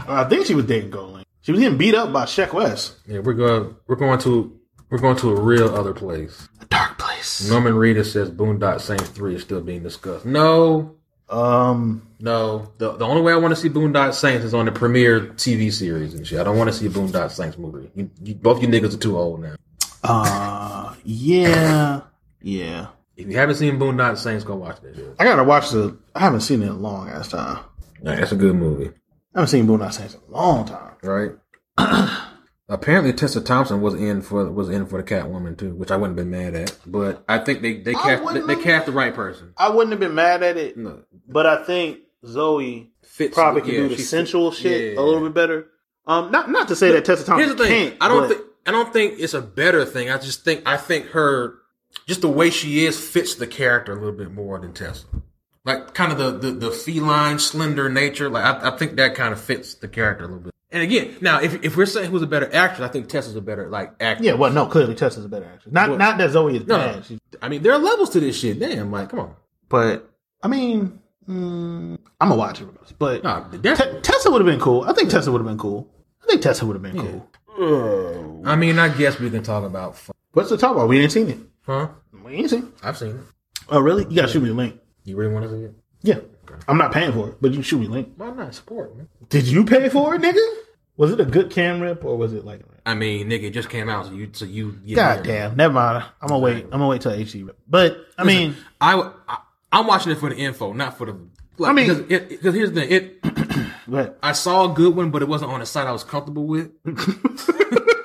I think she was dating Golan. She was getting beat up by Sheck West.
Yeah, we're going. We're going to. We're going to a real other place.
A dark place.
Norman Reader says Boondock Saints three is still being discussed. No,
Um,
no. The the only way I want to see Boondock Saints is on the premiere TV series and shit. I don't want to see a Boondock Saints movie. You, you, both you niggas are too old now.
uh, yeah, yeah.
If you haven't seen Boondock Saints, go watch that shit.
I gotta watch the. I haven't seen it in a long ass time.
Nah, that's a good movie,
I haven't seen Boondock Saints in a long time.
right? Apparently, Tessa Thompson was in for was in for the Catwoman too, which I wouldn't have been mad at. But I think they they
I
cast they,
wouldn't
they
have-
cast the right person.
I wouldn't have been mad at it,
No,
but I think Zoe
fits
probably could
yeah,
do the
she fit-
sensual shit
yeah.
a little bit better. Um, not not to say that Tessa Thompson
Here's the thing.
can't.
I don't
but-
think I don't think it's a better thing. I just think I think her just the way she is fits the character a little bit more than Tessa. Like kind of the the, the feline, slender nature. Like I, I think that kind of fits the character a little bit. And again, now if if we're saying who's a better actress, I think Tessa's a better like actress.
Yeah, well, no, clearly Tessa's a better actress. Not
Well-
not that Zoe is
No,
bad,
no.
she's,
I mean, there are levels to this shit. Damn, like come on.
but I mean, mm, I'm a watcher, but
Nah,
Te-
definitely.
Tessa would have been cool. I think Tessa would have been cool. I think Tessa would have been cool.
I mean, I guess we can talk about. fu-
What's the talk about? We ain't seen it.
Huh?
We ain't seen. it.
I've seen it.
Oh, really? You gotta shoot me a link.
You really want to see it?
Yeah, I'm not paying for it, but you can shoot me a link.
Why not support? Man?
Did you pay for it, nigga? Was it a good cam rip or was it like?
I mean, nigga, it just came out, so you so you. you
God damn, never mind. I'm gonna wait. I'm gonna wait till HD rip. But I mean,
I, I am watching it for the info, not for the. Like,
I mean-
because it- because here's the thing, it
but
I saw a good one, but it wasn't on a site I was comfortable with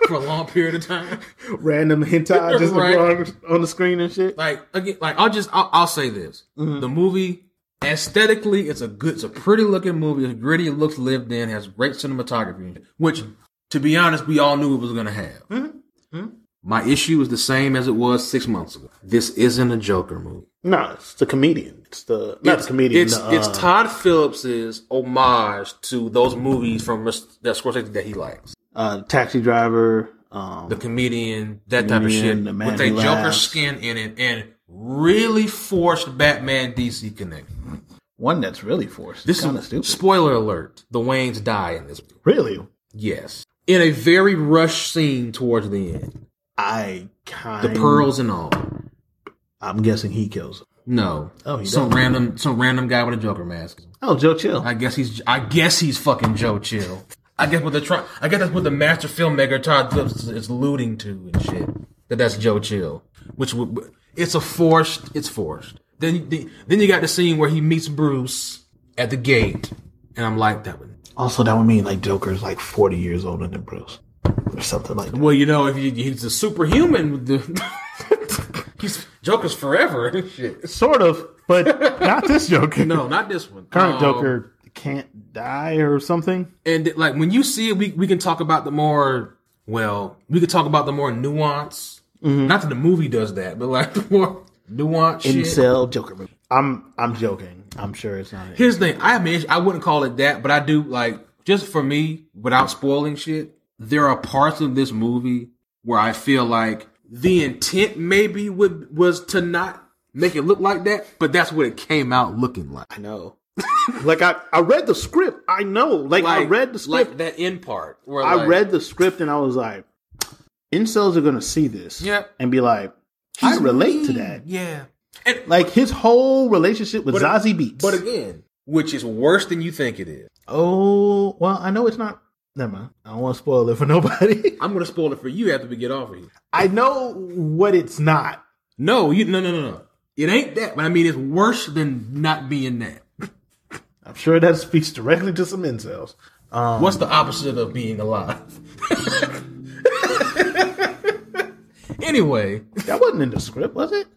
for a long period of time.
random hentai just
Right.
appeared on the screen and shit.
Like again, like I'll just I'll, I'll say this:
Mm-hmm.
the movie aesthetically, it's a good, it's a pretty looking movie. It's gritty, it looks lived in, has great cinematography, which, to be honest, we all knew it was going to have.
Mm-hmm.
My issue is the same as it was six months ago. This isn't a Joker movie.
No, it's the comedian. It's the not the comedian.
It's,
the,
it's
uh,
Todd Phillips's homage to those movies from Mis- that Scorsese that he likes.
uh, taxi driver. Um,
The comedian, that
Comedian,
type
the
of
man
shit, with
who
a Joker
laughs.
skin in it, and really forced Batman DC connection.
one that's really forced.
This
kind of
is
stupid.
spoiler alert: the Waynes die in this.
really,
Yes, in a very rushed scene towards the end,
I kind.
the pearls and all.
I'm guessing he kills. Him.
No,
Oh, he
some
does.
random, some random guy with a Joker mask.
Oh, Joe Chill.
I guess he's. I guess he's fucking Joe Chill. I guess what the try. I guess that's what the master filmmaker Todd Phillips is, is alluding to and shit. That that's Joe Chill, which would. It's a forced. It's forced. Then the, then you got the scene where he meets Bruce at the gate, and I'm like that one.
also, that would mean like Joker's like 40 years older than Bruce, or something like that.
Well, you know, if you, he's a superhuman, with the he's Joker's forever and shit.
Sort of, but not this Joker.
No, not this one.
current
Um,
Joker can't die or something.
and like when you see it, we we can talk about the more well, we could talk about the more nuance.
Mm-hmm.
Not that the movie does that, but like the more nuance shit.
Incel Joker movie. I'm I'm joking. I'm sure it's not.
Here's the thing: I have an issue. I wouldn't call it that, but I do like just for me, without spoiling shit. There are parts of this movie where I feel like the intent maybe would was to not make it look like that, but that's what it came out looking like.
I know. like I, I read the script. I know. Like, I
Like-
read the script.
like that end part. Where
I
like-
read the script and I was like, incels are gonna see this,
Yep.
and be like, I relate to that.
Yeah, and
Like his whole relationship with
But-
Zazie Beats.
But again, which is worse than you think it is.
oh, well, I know it's not. Never mind. I don't want to spoil it for nobody.
I'm gonna spoil it for you after we get off of here.
I know what it's not.
No, you no no no no. It ain't that, but I mean it's worse than not being that.
I'm sure that speaks directly to some incels. Um,
What's the opposite of being alive? anyway,
that wasn't in the script, was it?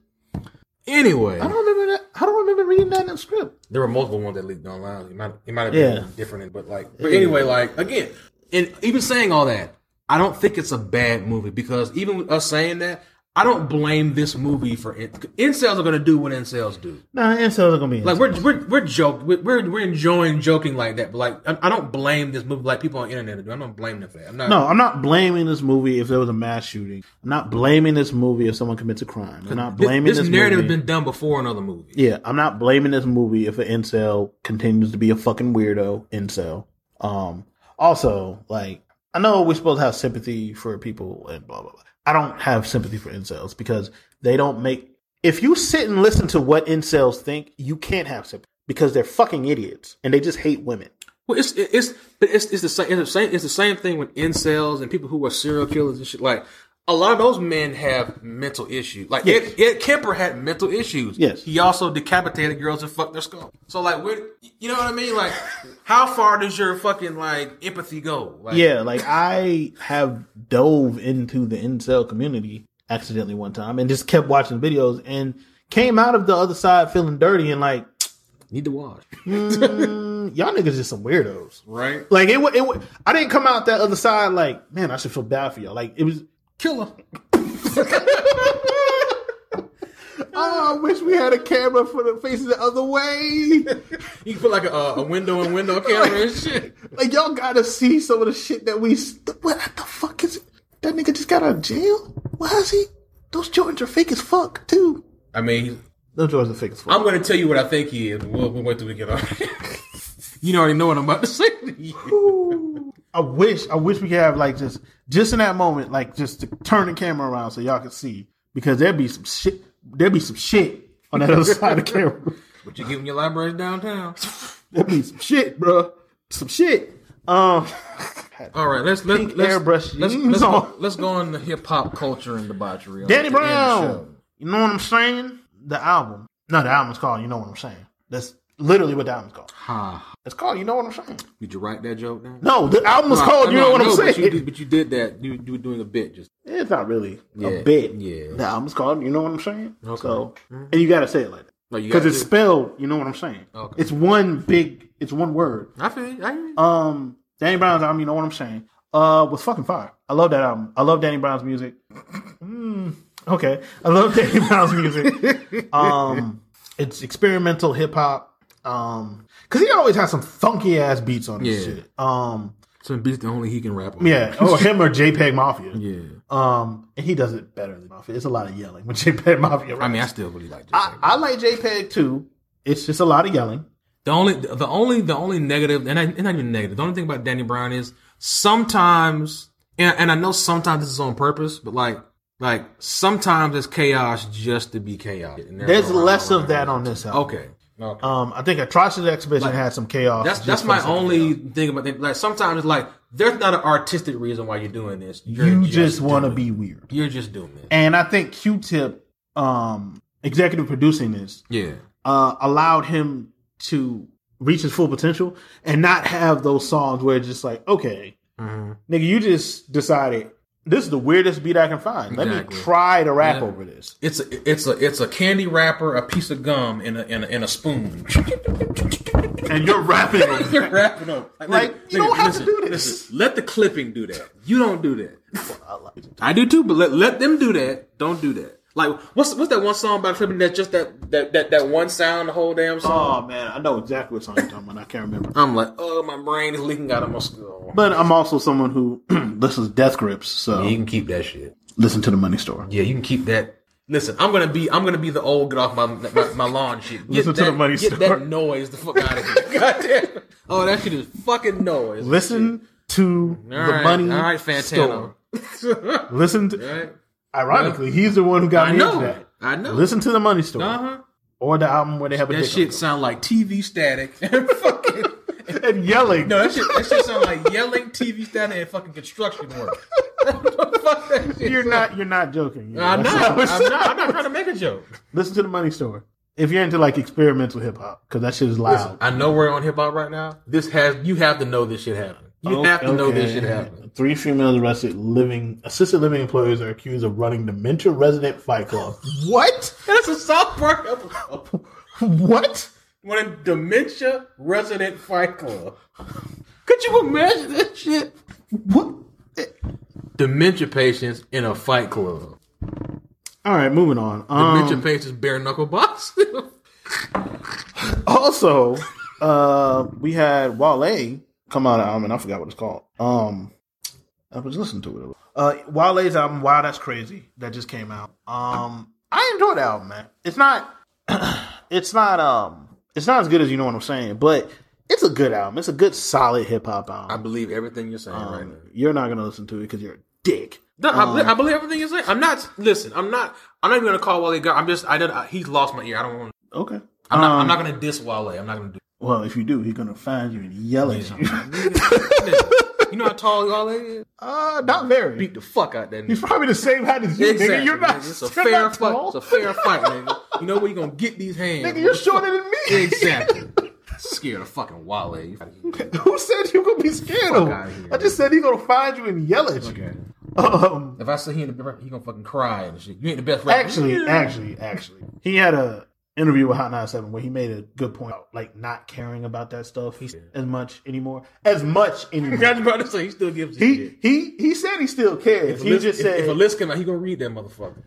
anyway,
I don't remember that. I don't remember reading that in the script.
there were multiple ones that leaked online. It might it might have
Yeah.
been different, but like, but anyway, like again, and even saying all that, I don't think it's a bad movie because even with us saying that, I don't blame this movie for it. Incels are gonna do what incels do.
Nah, incels are gonna be
Like we're we're we're joke we're we're we're enjoying joking like that. But like I, I don't blame this movie like people on the internet do. I don't blame them for that. I'm not.
No, I'm not blaming this movie if there was a mass shooting. I'm not blaming this movie if someone commits a crime. I'm not
Thi-
blaming
this,
this,
narrative
movie.
has been done before in other movies.
yeah, I'm not blaming this movie if an incel continues to be a fucking weirdo incel. Um, also, like, I know we're supposed to have sympathy for people and blah blah blah. I don't have sympathy for incels because they don't make. If you sit and listen to what incels think, you can't have sympathy because they're fucking idiots and they just hate women.
Well, it's it- it's but it's it's the same it's the same it's the same thing with incels and people who are serial killers and shit. Like a lot of those men have mental issues. Like Ed, Ed Kemper had mental issues.
Yes.
he also decapitated girls and fucked their skull. So like, where you know what I mean? Like, how far does your fucking like empathy go? Like,
Yeah, like I have dove into the incel community accidentally one time and just kept watching videos and came out of the other side feeling dirty and like
need to watch.
mm, y'all niggas just some weirdos.
Right,
Like it, wa- it, wa- I didn't come out that other side like man, I should feel bad for y'all. Like it was.
killer.
Oh, I wish we had a camera for the faces the other way.
You can put like a, a window and window camera and shit.
like y'all gotta see some of the shit that we. St- what the fuck is that nigga just got out of jail? Why is he? Those Jordans are fake as fuck too.
I mean,
Those Jordans are fake as fuck.
I'm gonna tell you what I think he is. We'll, we'll wait till we get on. you already know what I'm about to say. to you.
I wish, I wish we could have like just, just in that moment, like just to turn the camera around so y'all could see because there'd be some shit, there'd be some shit on that other side of the camera.
But you're giving your libraries downtown.
There'd be some shit, bruh. some shit. Um,
All right, let's let's
Pink
let's,
airbrush
let's,
jeans
let's, go,
on.
let's go on the hip hop culture and debauchery.
Danny
Let's end the show.
Brown. You know what I'm saying? The album. No, the album's called. You know what I'm saying? That's literally what the album's called.
Ha!
It's called. You know what I'm saying?
Did you write that joke down?
No, the album was called. You know what I'm
But you,
saying?
did, but you did that. You, you were doing a bit just.
It's not really
Yeah,
a bit.
yeah.
The album's called, you know what I'm saying?
Okay. Mm-hmm.
So, and you gotta say it like that.
No, you
Because
gotta
it's
do it.
spelled, you know what I'm saying?
Okay.
It's one big, it's one word.
I feel. you. I hear you.
Um, Danny Brown's album, you know what I'm saying? Uh, was fucking fire. I love that album. I love Danny Brown's music. Mm, okay, I love Danny Brown's music. Um, it's experimental hip hop. Um, because he always has some funky ass beats on his
Yeah.
shit. Um,
Some beats that only he can rap on.
yeah, or him or JPEG Mafia.
Yeah.
Um, and he does it better than Mafia. It's a lot of yelling when JPEG Mafia.
I
raps.
mean, I still really like. Just
I, I like JPEG too. It's just a lot of yelling.
The only, the only, the only negative, and I, and not even negative. The only thing about Danny Brown is sometimes, and, and I know sometimes this is on purpose, but like, like sometimes it's chaos just to be chaos. And
There's
no rhyme
less
or
of that on this album.
Okay. Okay.
Um, I think Atrocious Exhibition had some chaos.
That's
just
that's
for
my
some reason.
only thing about it. Like sometimes it's like there's not an artistic reason why you're doing this. You're
You just want to
doing
be
it.
weird.
You're just doing it.
And I think Q-Tip, um, executive producing this,
Yeah.
uh, allowed him to reach his full potential and not have those songs where it's just like, okay,
Mm-hmm.
nigga, you just decided this is the weirdest beat I can find. Let
Exactly.
me try to rap over this.
It's a it's a it's a candy wrapper, a piece of gum, and a and a, and a spoon.
And you're rapping over
You're wrapping up.
Like, you don't have to do this.
let the clipping do that. You don't do that. I do too, but let, let them do that. Don't do that. Like what's what's that one song about clipping that's just that that that, that one sound the whole damn song?
Oh man, I know exactly what song you're talking about. I can't remember.
I'm like, oh my brain is leaking out of my skull.
But I'm also someone who listens to Death Grips, so
can keep that shit.
listen to the Money Store.
Yeah, you can keep that. Listen, I'm gonna be I'm gonna be the old get off my my, my lawn shit. Get
Listen to
that,
the money
Get
store.
that noise the fuck out of here. Goddamn. Oh, that shit is fucking noise.
Listen to
All
the
right,
Money
all right,
Store.
Fantano.
Listen to.
All right.
Ironically, he's the one who got
I
me
know.
into that.
I know.
Listen to the Money Store
Uh-huh.
or the album where they have a
That
dick
shit sound like TV static. and fucking
on it. and yelling.
no, that shit that shit sound like yelling TV static and fucking construction work. Fuck that shit.
you're not. You're not joking. You know,
I'm
that's
not.
what I was
I'm not. I'm not trying to make a joke.
Listen to the Money Store if you're into like experimental hip hop because that shit is loud.
I know we're on hip hop right now. This has you have to know this shit happened. You have to know this
Okay.
shit happened.
Three females arrested living assisted living employees are accused of running dementia resident fight club. what?
That's a South Park episode.
What?
When a dementia resident fight club. Could you imagine that shit?
What?
Dementia patients in a fight club.
All right, moving on.
The
Um,
mention page is bare knuckle boxing.
Um, also, uh, we had Wale come out an album, and I forgot what it's called. Um, I was listening to it. Uh, Wale's album, Wow, That's Crazy, that just came out. Um, I enjoyed the album, man. It's not, it's not, um, it's not as good as you know what I'm saying, but it's a good album. It's a good, solid hip hop
I
album.
believe everything you're saying
Um,
right now.
You're not gonna listen to it because you're a dick.
No, I, believe,
um,
I believe everything you're saying. I'm not. Listen, I'm not. I'm not even gonna call Wale. God. I'm just. I did. I, he's lost my ear. I don't want.
Okay.
I'm not. I'm
Um,
not gonna diss Wale. I'm not gonna do.
Well, if you do, he's gonna find you and yell at you.
You know how tall Wale is?
uh, not very.
Beat the fuck out that
He's
nigga.
probably the same height as you, nigga. You're not.
nigga. It's a
you're
fair
not
fight.
tall.
It's a fair fight, nigga. You know where you gonna get these hands?
Nigga, you're shorter than me.
Exactly. Scared of fucking Wale. You gotta get the
Who said you gonna be scared of
outta
him?
here.
I just said he's gonna find you and yell at
fuck
you.
out of here.
Um,
If I see him, he gonna fucking cry and shit. You ain't the best rapper.
actually, actually, actually, he had a interview with Hot 97 where he made a good point about like not caring about that stuff as much anymore. As much
I
anymore.
was about to say he still gives a shit.
He he he said he still cares.
If a
he
list-
just
if-
said
if a list came out, he gonna read that motherfucker.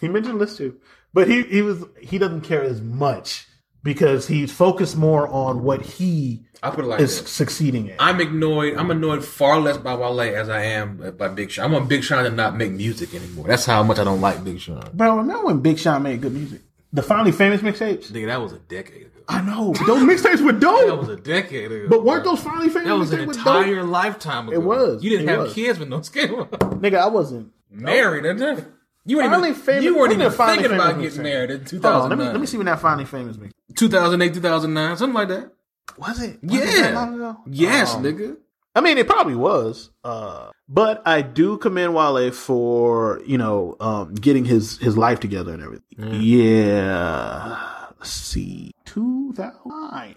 He mentioned this too, but he he was he doesn't care as much because he's focused more on what he
I put it like
is
this.
succeeding at.
I'm annoyed. I'm annoyed far less by Wale as I am by Big Sean. I want Big Sean to not make music anymore. That's how much I don't like Big Sean.
Bro, remember when Big Sean made good music? The finally famous mixtapes.
Nigga, that was a decade ago.
I know those mixtapes were
That
dope,
was a decade ago.
but weren't those finally famous?
That was an
mixtapes were dope?
entire lifetime ago.
It was.
You didn't
It
have
was.
kids when those came out.
nigga. I wasn't.
Married, that's different. You weren't
Finally
even,
famous-
you weren't
when
even
did Finally
thinking about
Famous
getting
come
married in
Oh, let me
2009.
let me see when that finally famous mixtape
2008, 2009, something like that.
was it. Was it that long
Yeah.
ago?
Yes,
Um,
nigga.
I mean, it probably was, uh, but I do commend Wale for you know um, getting his his life together and everything. Yeah, let's see, two thousand nine,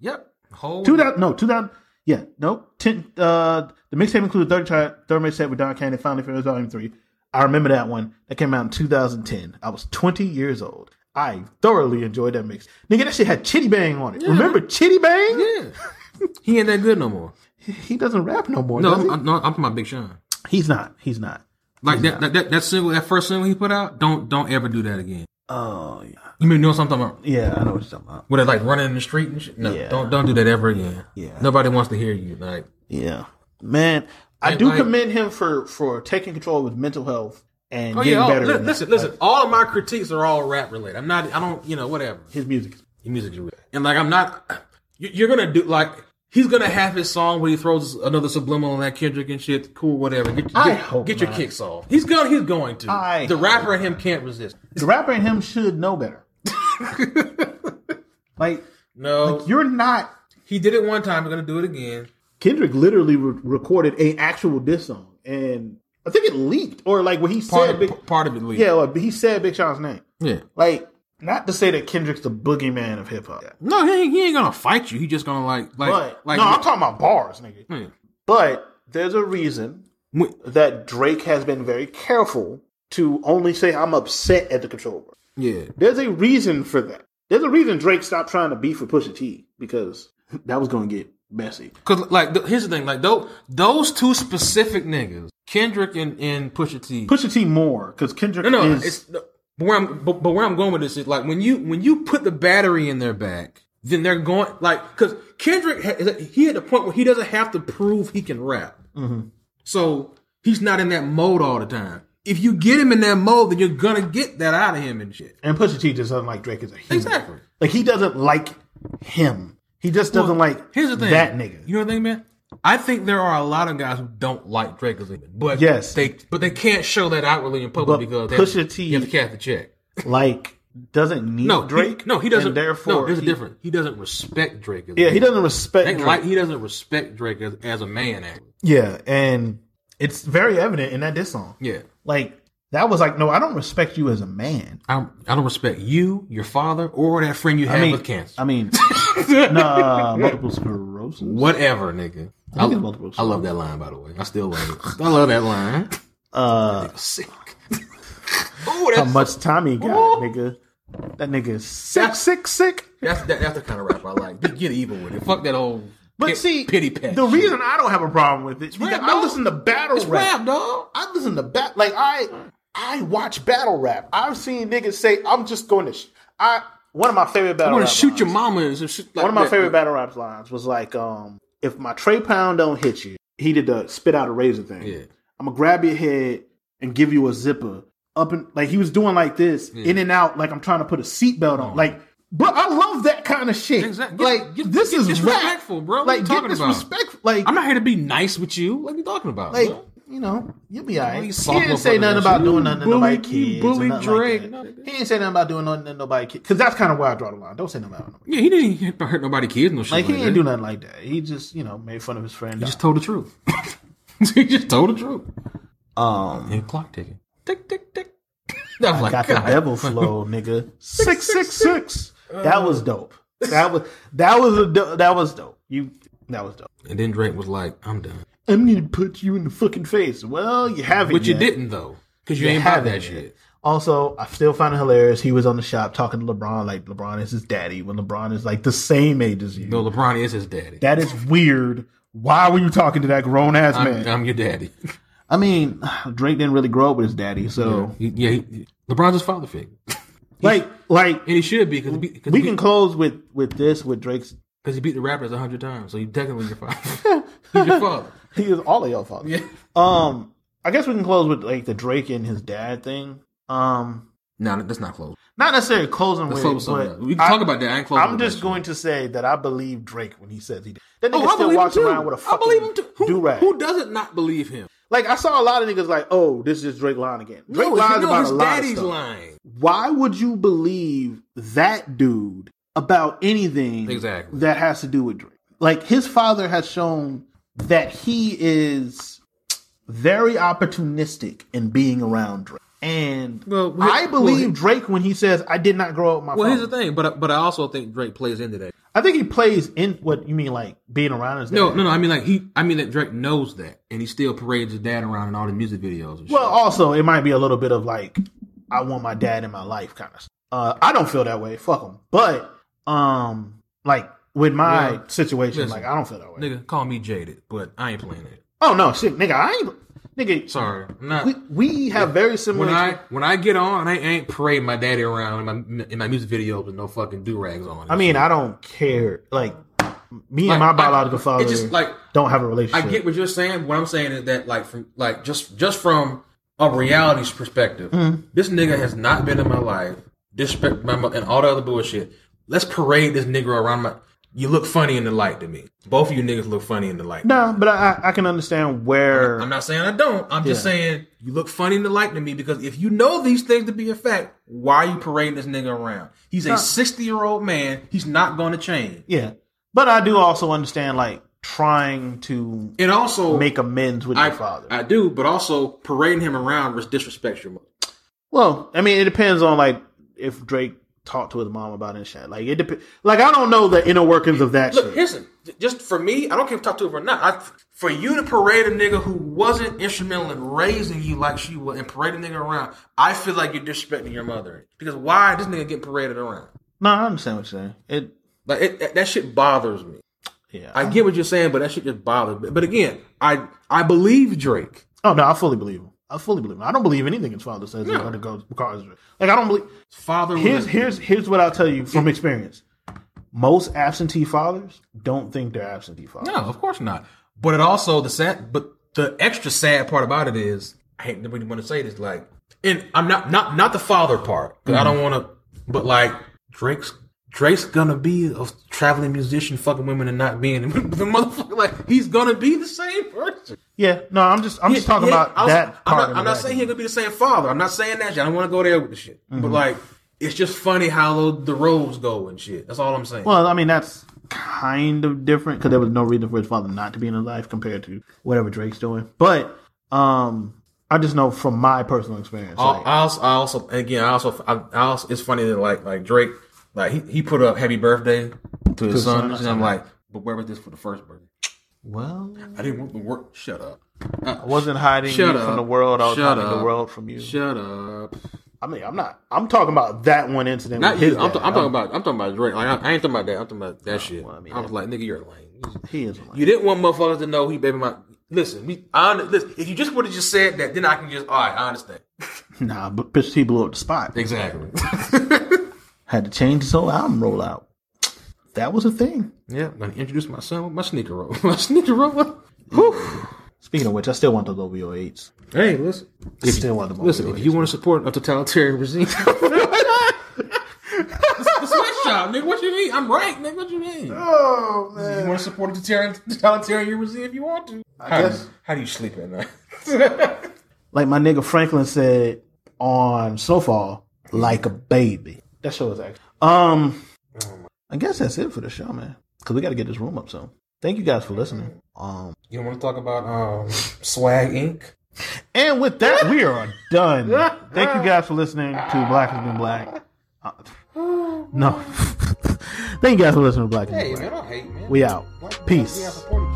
Yep. Whole
two thousand no, two thousand yeah, no, ten. Uh, the mixtape included third track, third mixtape with Don Cannon, Finally Famous Volume Three. I remember that one that came out in two thousand ten. I was twenty years old. I thoroughly enjoyed that mix. Nigga, that shit had Chitty Bang on it. Remember Chitty Bang?
Yeah. he ain't that good no more.
He doesn't rap no more.
No,
does he?
I'm, I'm, no, I'm talking about Big Sean.
he's not. He's not.
Like that, that, that, that single, that first single he put out, don't don't ever do that again.
Oh yeah,
You mean you know something about?
yeah, I know what you're talking about.
With it like running in the street and shit? No,
Yeah.
don't don't do that ever again.
Yeah.
Nobody wants to hear you. Like
Yeah, man, I
And
do
like-
commend him for for taking control of his mental health and
oh
getting
yeah, oh,
better.
li-
in that.
listen,
Like,
listen. All of my critiques are all rap related. I'm not. I don't. You know, whatever.
his music.
Your music is real. And like, I'm not. you- You're gonna do like. He's gonna have his song where he throws another subliminal at Kendrick and shit. Cool, whatever. Get,
I
get,
hope
get your
not.
kicks off. He's going. He's going to.
I
the rapper and him can't resist.
The rapper and him should know better. like
No,
you're not.
he did it one time. He's gonna do it again.
Kendrick literally re- recorded a actual diss song, and I think it leaked or like when he
Part
said,
of,
Big,
p- part of it, leaked.
yeah, like, he said Big Sean's name.
yeah.
Like not to say that Kendrick's the boogeyman of hip hop,
No, he, ain't- he ain't gonna fight you. He just gonna like like
but
like. Hmm.
no, I'm talking about bars, nigga.
Yeah.
But there's a reason
Wh-
that Drake has been very careful to only say I'm upset at the controller.
yeah.
There's a reason for that. There's a reason Drake stopped trying to beef with Pusha T because that was going to get messy.
Cause like th- here's the thing, like those those two specific niggas, Kendrick and, and Pusha T.
Pusha T more because Kendrick
no, no,
is
it's no, but where I'm but, but where I'm going with this is like when you when you put the battery in their back, then they're going like because Kendrick ha- is at- he at the point where he doesn't have to prove he can rap,
Mm-hmm.
so he's not in that mode all the time. If you get him in that mode, then you're gonna get that out of him and shit.
and Pusha T just doesn't like Drake as a human.
Exactly.
Like he doesn't like him. He just doesn't like
Here's the thing.
that nigga.
You know the thing, man? I think there are a lot of guys who don't like Drake as a man, but
Yes.
they but they can't show that outwardly in public
But
because they
Pusha
have,
T-
you have to cash the check.
like doesn't need
No,
Drake.
Drake. no, he doesn't.
And therefore,
no, there's a
he-
difference. He doesn't respect Drake. As a
Yeah,
man.
he doesn't respect.
They
Drake.
Like he doesn't respect Drake as, as a man. Actually.
Yeah, and it's very evident in that diss song.
Yeah,
Like that was like, no, I don't respect you as a man.
I don't, I don't respect you, your father, or that friend you had
I mean,
with cancer.
I mean, nah, multiple sclerosis.
Whatever, nigga. I,
I think it's multiple
I love that line, by the way. I still love it. I love that line.
Uh,
Sick. oh,
how
that's
much time he got,
Ooh.
nigga? That nigga is sick, sick, sick.
That's that, that's the kind of rap I like. Get, get even with it. Fuck that old.
But
pit-
see,
pity pat.
the
shit.
reason I don't have a problem with it,
rap,
I
dog.
listen to battle
It's
rap.
rap, dog.
I listen to bat. Like I, I watch battle rap. I've seen niggas say, "I'm just going to." Sh-. I one of my favorite battle.
I'm gonna
rap
shoot
lines-
your mama and some shit like
One of my
that.
favorite battle rap lines was like, um, "If my Trey Pound don't hit you, he did the spit out a razor thing.
Yeah.
I'm gonna grab your head and give you a zipper up and like he was doing like this in and out, like I'm trying to put a seatbelt on, like." But I love that kind of shit.
Oh. Exact- get-
Like
get-
this
get
is
disrespectful,
rap.
bro. What
Like
you
get
talking about?
disrespectful. Like
I'm not here to be nice with you. What are you talking about?
like
bro?
you know, you'll be alright.
you
He
soft
didn't
up
say
under
nothing
that
about
shit.
doing
You
nothing to
bully-
nobody
you
kids. or
bully
nothing
Drake.
Like that. He didn't say nothing about doing nothing to nobody kids because that's kind of where I draw the line. Don't say nothing about nobody.
yeah, he didn't hit- hurt nobody kids no shit.
Like
Like,
he
that.
didn't do nothing like that. He just you know made fun of his friend.
He just told the truth. he just told the truth.
um,
Yeah, clock ticking. Tick tick tick. I was like,
got the
God.
devil flow, nigga. Six six six. That was dope. That was that was a do- that was dope. You that was dope.
And then Drake was like, I'm done.
I'm gonna put you in the fucking face. Well, you haven't.
But you
yet.
didn't though, because you,
You
ain't about
haven't yet.
that shit.
Also, I still find it hilarious. He was on the shop talking to LeBron like LeBron is his daddy when LeBron is like the same age as you.
No, LeBron is his daddy.
That is weird. Why were you talking to that grown ass
I'm,
man?
I'm your daddy.
I mean, Drake didn't really grow up with his daddy, so
He- yeah, he, LeBron's his father figure,
like, like
and he should be because because
we
he,
can
beat-
close with with this with Drake's.
'cause he beat the Raptors hundred times, so he technically your father. He's your father.
He is all of y'all fault.
Yeah.
Um, I guess we can close with like the Drake and his dad thing. Um,
No, that's not close.
not necessarily closing with,
That's close.
it,
to something
but
else. We can
I,
talk about that. I ain't close.
I'm
with
just
that Oh,
going to say that I believe Drake when he says he. That
shit.
nigga still walks around with a fucking
I believe him too. Who,
do-rag.
who doesn't not believe him?
Like I saw a lot of niggas like, oh, this is Drake lying again. Drake
No,
lies
no,
about
his
a lot of
daddy's
stuff.
lying.
Why would you believe that dude about anything
Exactly.
that has to do with Drake? Like his father has shown that he is very opportunistic in being around Drake. And
Well, he-
I believe
well, he-
Drake when he says, "I did not grow up with my
Well,
father."
here's the thing, but but I also think Drake plays into that.
I think he plays in what you mean, like being around his dad.
No, no, no. I mean, like he. I mean that Drake knows that, and he still parades his dad around in all the music videos. And
Well,
shit.
also it might be a little bit of like I want my dad in my life kind of. Uh, I don't feel that way. Fuck him. But um, like with my
Well,
situation,
listen,
like I don't feel that way.
nigga, call me jaded, but I ain't playing it.
Oh no, shit, nigga, I ain't. Nigga,
Sorry, I'm not.
we, we have very
when
similar.
I when I get on, I ain't parading my daddy around in my in my music videos with no fucking do rags on. and
I mean,
shit.
I don't care. Like me and
Like,
my
I-
biological father
it just like
don't have a relationship.
I get what you're saying. What I'm saying is that like from like just just from a reality's perspective,
Hmm.
this nigga has not been in my life. Disrespect my mo- and all the other bullshit. Let's parade this nigga around. My you look funny in the light to me. Both of you niggas look funny in the light.
no, but I, I I can understand where.
I'm not saying I don't. I'm just
Yeah.
saying you look funny in the light to me because if you know these things to be a fact, why are you parading this nigga around? He's a 60 year old man. He's not going to change.
yeah, but I do also understand like trying to
And also,
make amends with
I,
your father.
I do, but also parading him around was disrespectful.
Well, I mean, it depends on like if Drake talked to his mom about it and shit. Like it depends. Like I don't know the inner workings of that
Look,
shit.
listen, j- just for me, I don't care if I talk to him or not. I, for you to parade a nigga who wasn't instrumental in raising you like she was and parade a nigga around, I feel like you're disrespecting your mother. Because why this nigga getting paraded around?
No, I understand what you're saying. It.
Like it, that, that shit bothers me.
Yeah.
I get what you're saying, but that shit just bothers me. But again, I I believe Drake.
oh no, I fully believe him. I fully believe him. I don't believe anything his father says no. goes regards Drake. Like I don't believe.
Father
Here's
was
here's here's what I'll tell you from experience. Most absentee fathers don't think they're absentee fathers.
no, of course not. But it also the sad, but the extra sad part about it is I hate nobody want to say this. Like, and I'm not not not the father part. 'cause I don't want to. But like Drake's Drake's gonna be a traveling musician, fucking women, and not being the motherfucker. Like he's gonna be the same person.
Yeah. No, I'm just I'm just talking
Yeah,
about
I was-
that
I'm
part.
not,
of
I'm not
that.
saying he's gonna be the same father. I'm not saying that shit. I don't want to go there with the shit.
Mm-hmm.
But like, it's just funny how the, the roads go and shit. That's all I'm saying.
Well, I mean that's kind of different because there was no reason for his father not to be in his life compared to whatever Drake's doing. But um, I just know from my personal experience,
I,
like,
I also, I also, again, I also, I, I also, it's funny that like, like Drake, like he, he put up "Happy Birthday" to his son, and I'm like, but where was this for the first birthday?
well,
I didn't want the work. Shut up.
I wasn't hiding
Shut
you
up.
from the world. I was
Shut
hiding
up.
the world from you.
Shut up.
I mean, I'm not. I'm talking about that one incident.
Not
with his
you. I'm,
dad.
ta- I'm talking about. I'm talking about Drake. Like I, I ain't talking about that. I'm talking about that shit.
well, I
Oh, I,
mean,
was like, nigga, you're lame.
He is. Like,
You didn't want motherfuckers to know he baby my. Listen, we, I under- listen. If you just would have just said that, then I can just all right. I understand.
Nah, but Pusha T blew up the spot.
Exactly.
Had to change his whole album rollout. That was a thing.
yeah, I introduced my son with my sneaker roll. my sneaker roll.
Speaking of which, I still want those OVO8s.
Hey, listen.
I still want them.
Listen,
OVO8s.
if you want to support a totalitarian regime, it's the sweatshop, nigga. What you mean? I'm right, nigga. What you mean?
Oh man,
You want to support a totalitarian, totalitarian regime if you want to.
I guess.
How do you sleep at night?
Like my nigga Franklin said on So Far, like a baby. That show is actually. Um, I guess that's it for the show, man. Because we got to get this room up soon. Thank you guys for listening. Um,
You don't want to talk about um, Swag Inc.
and with that, we are done. Thank you guys for listening to Black has been Black. Uh, no, thank you guys for listening to Black has been
Hey,
Black.
man, I hate man.
We out.
Black-
Peace.
we are supporting-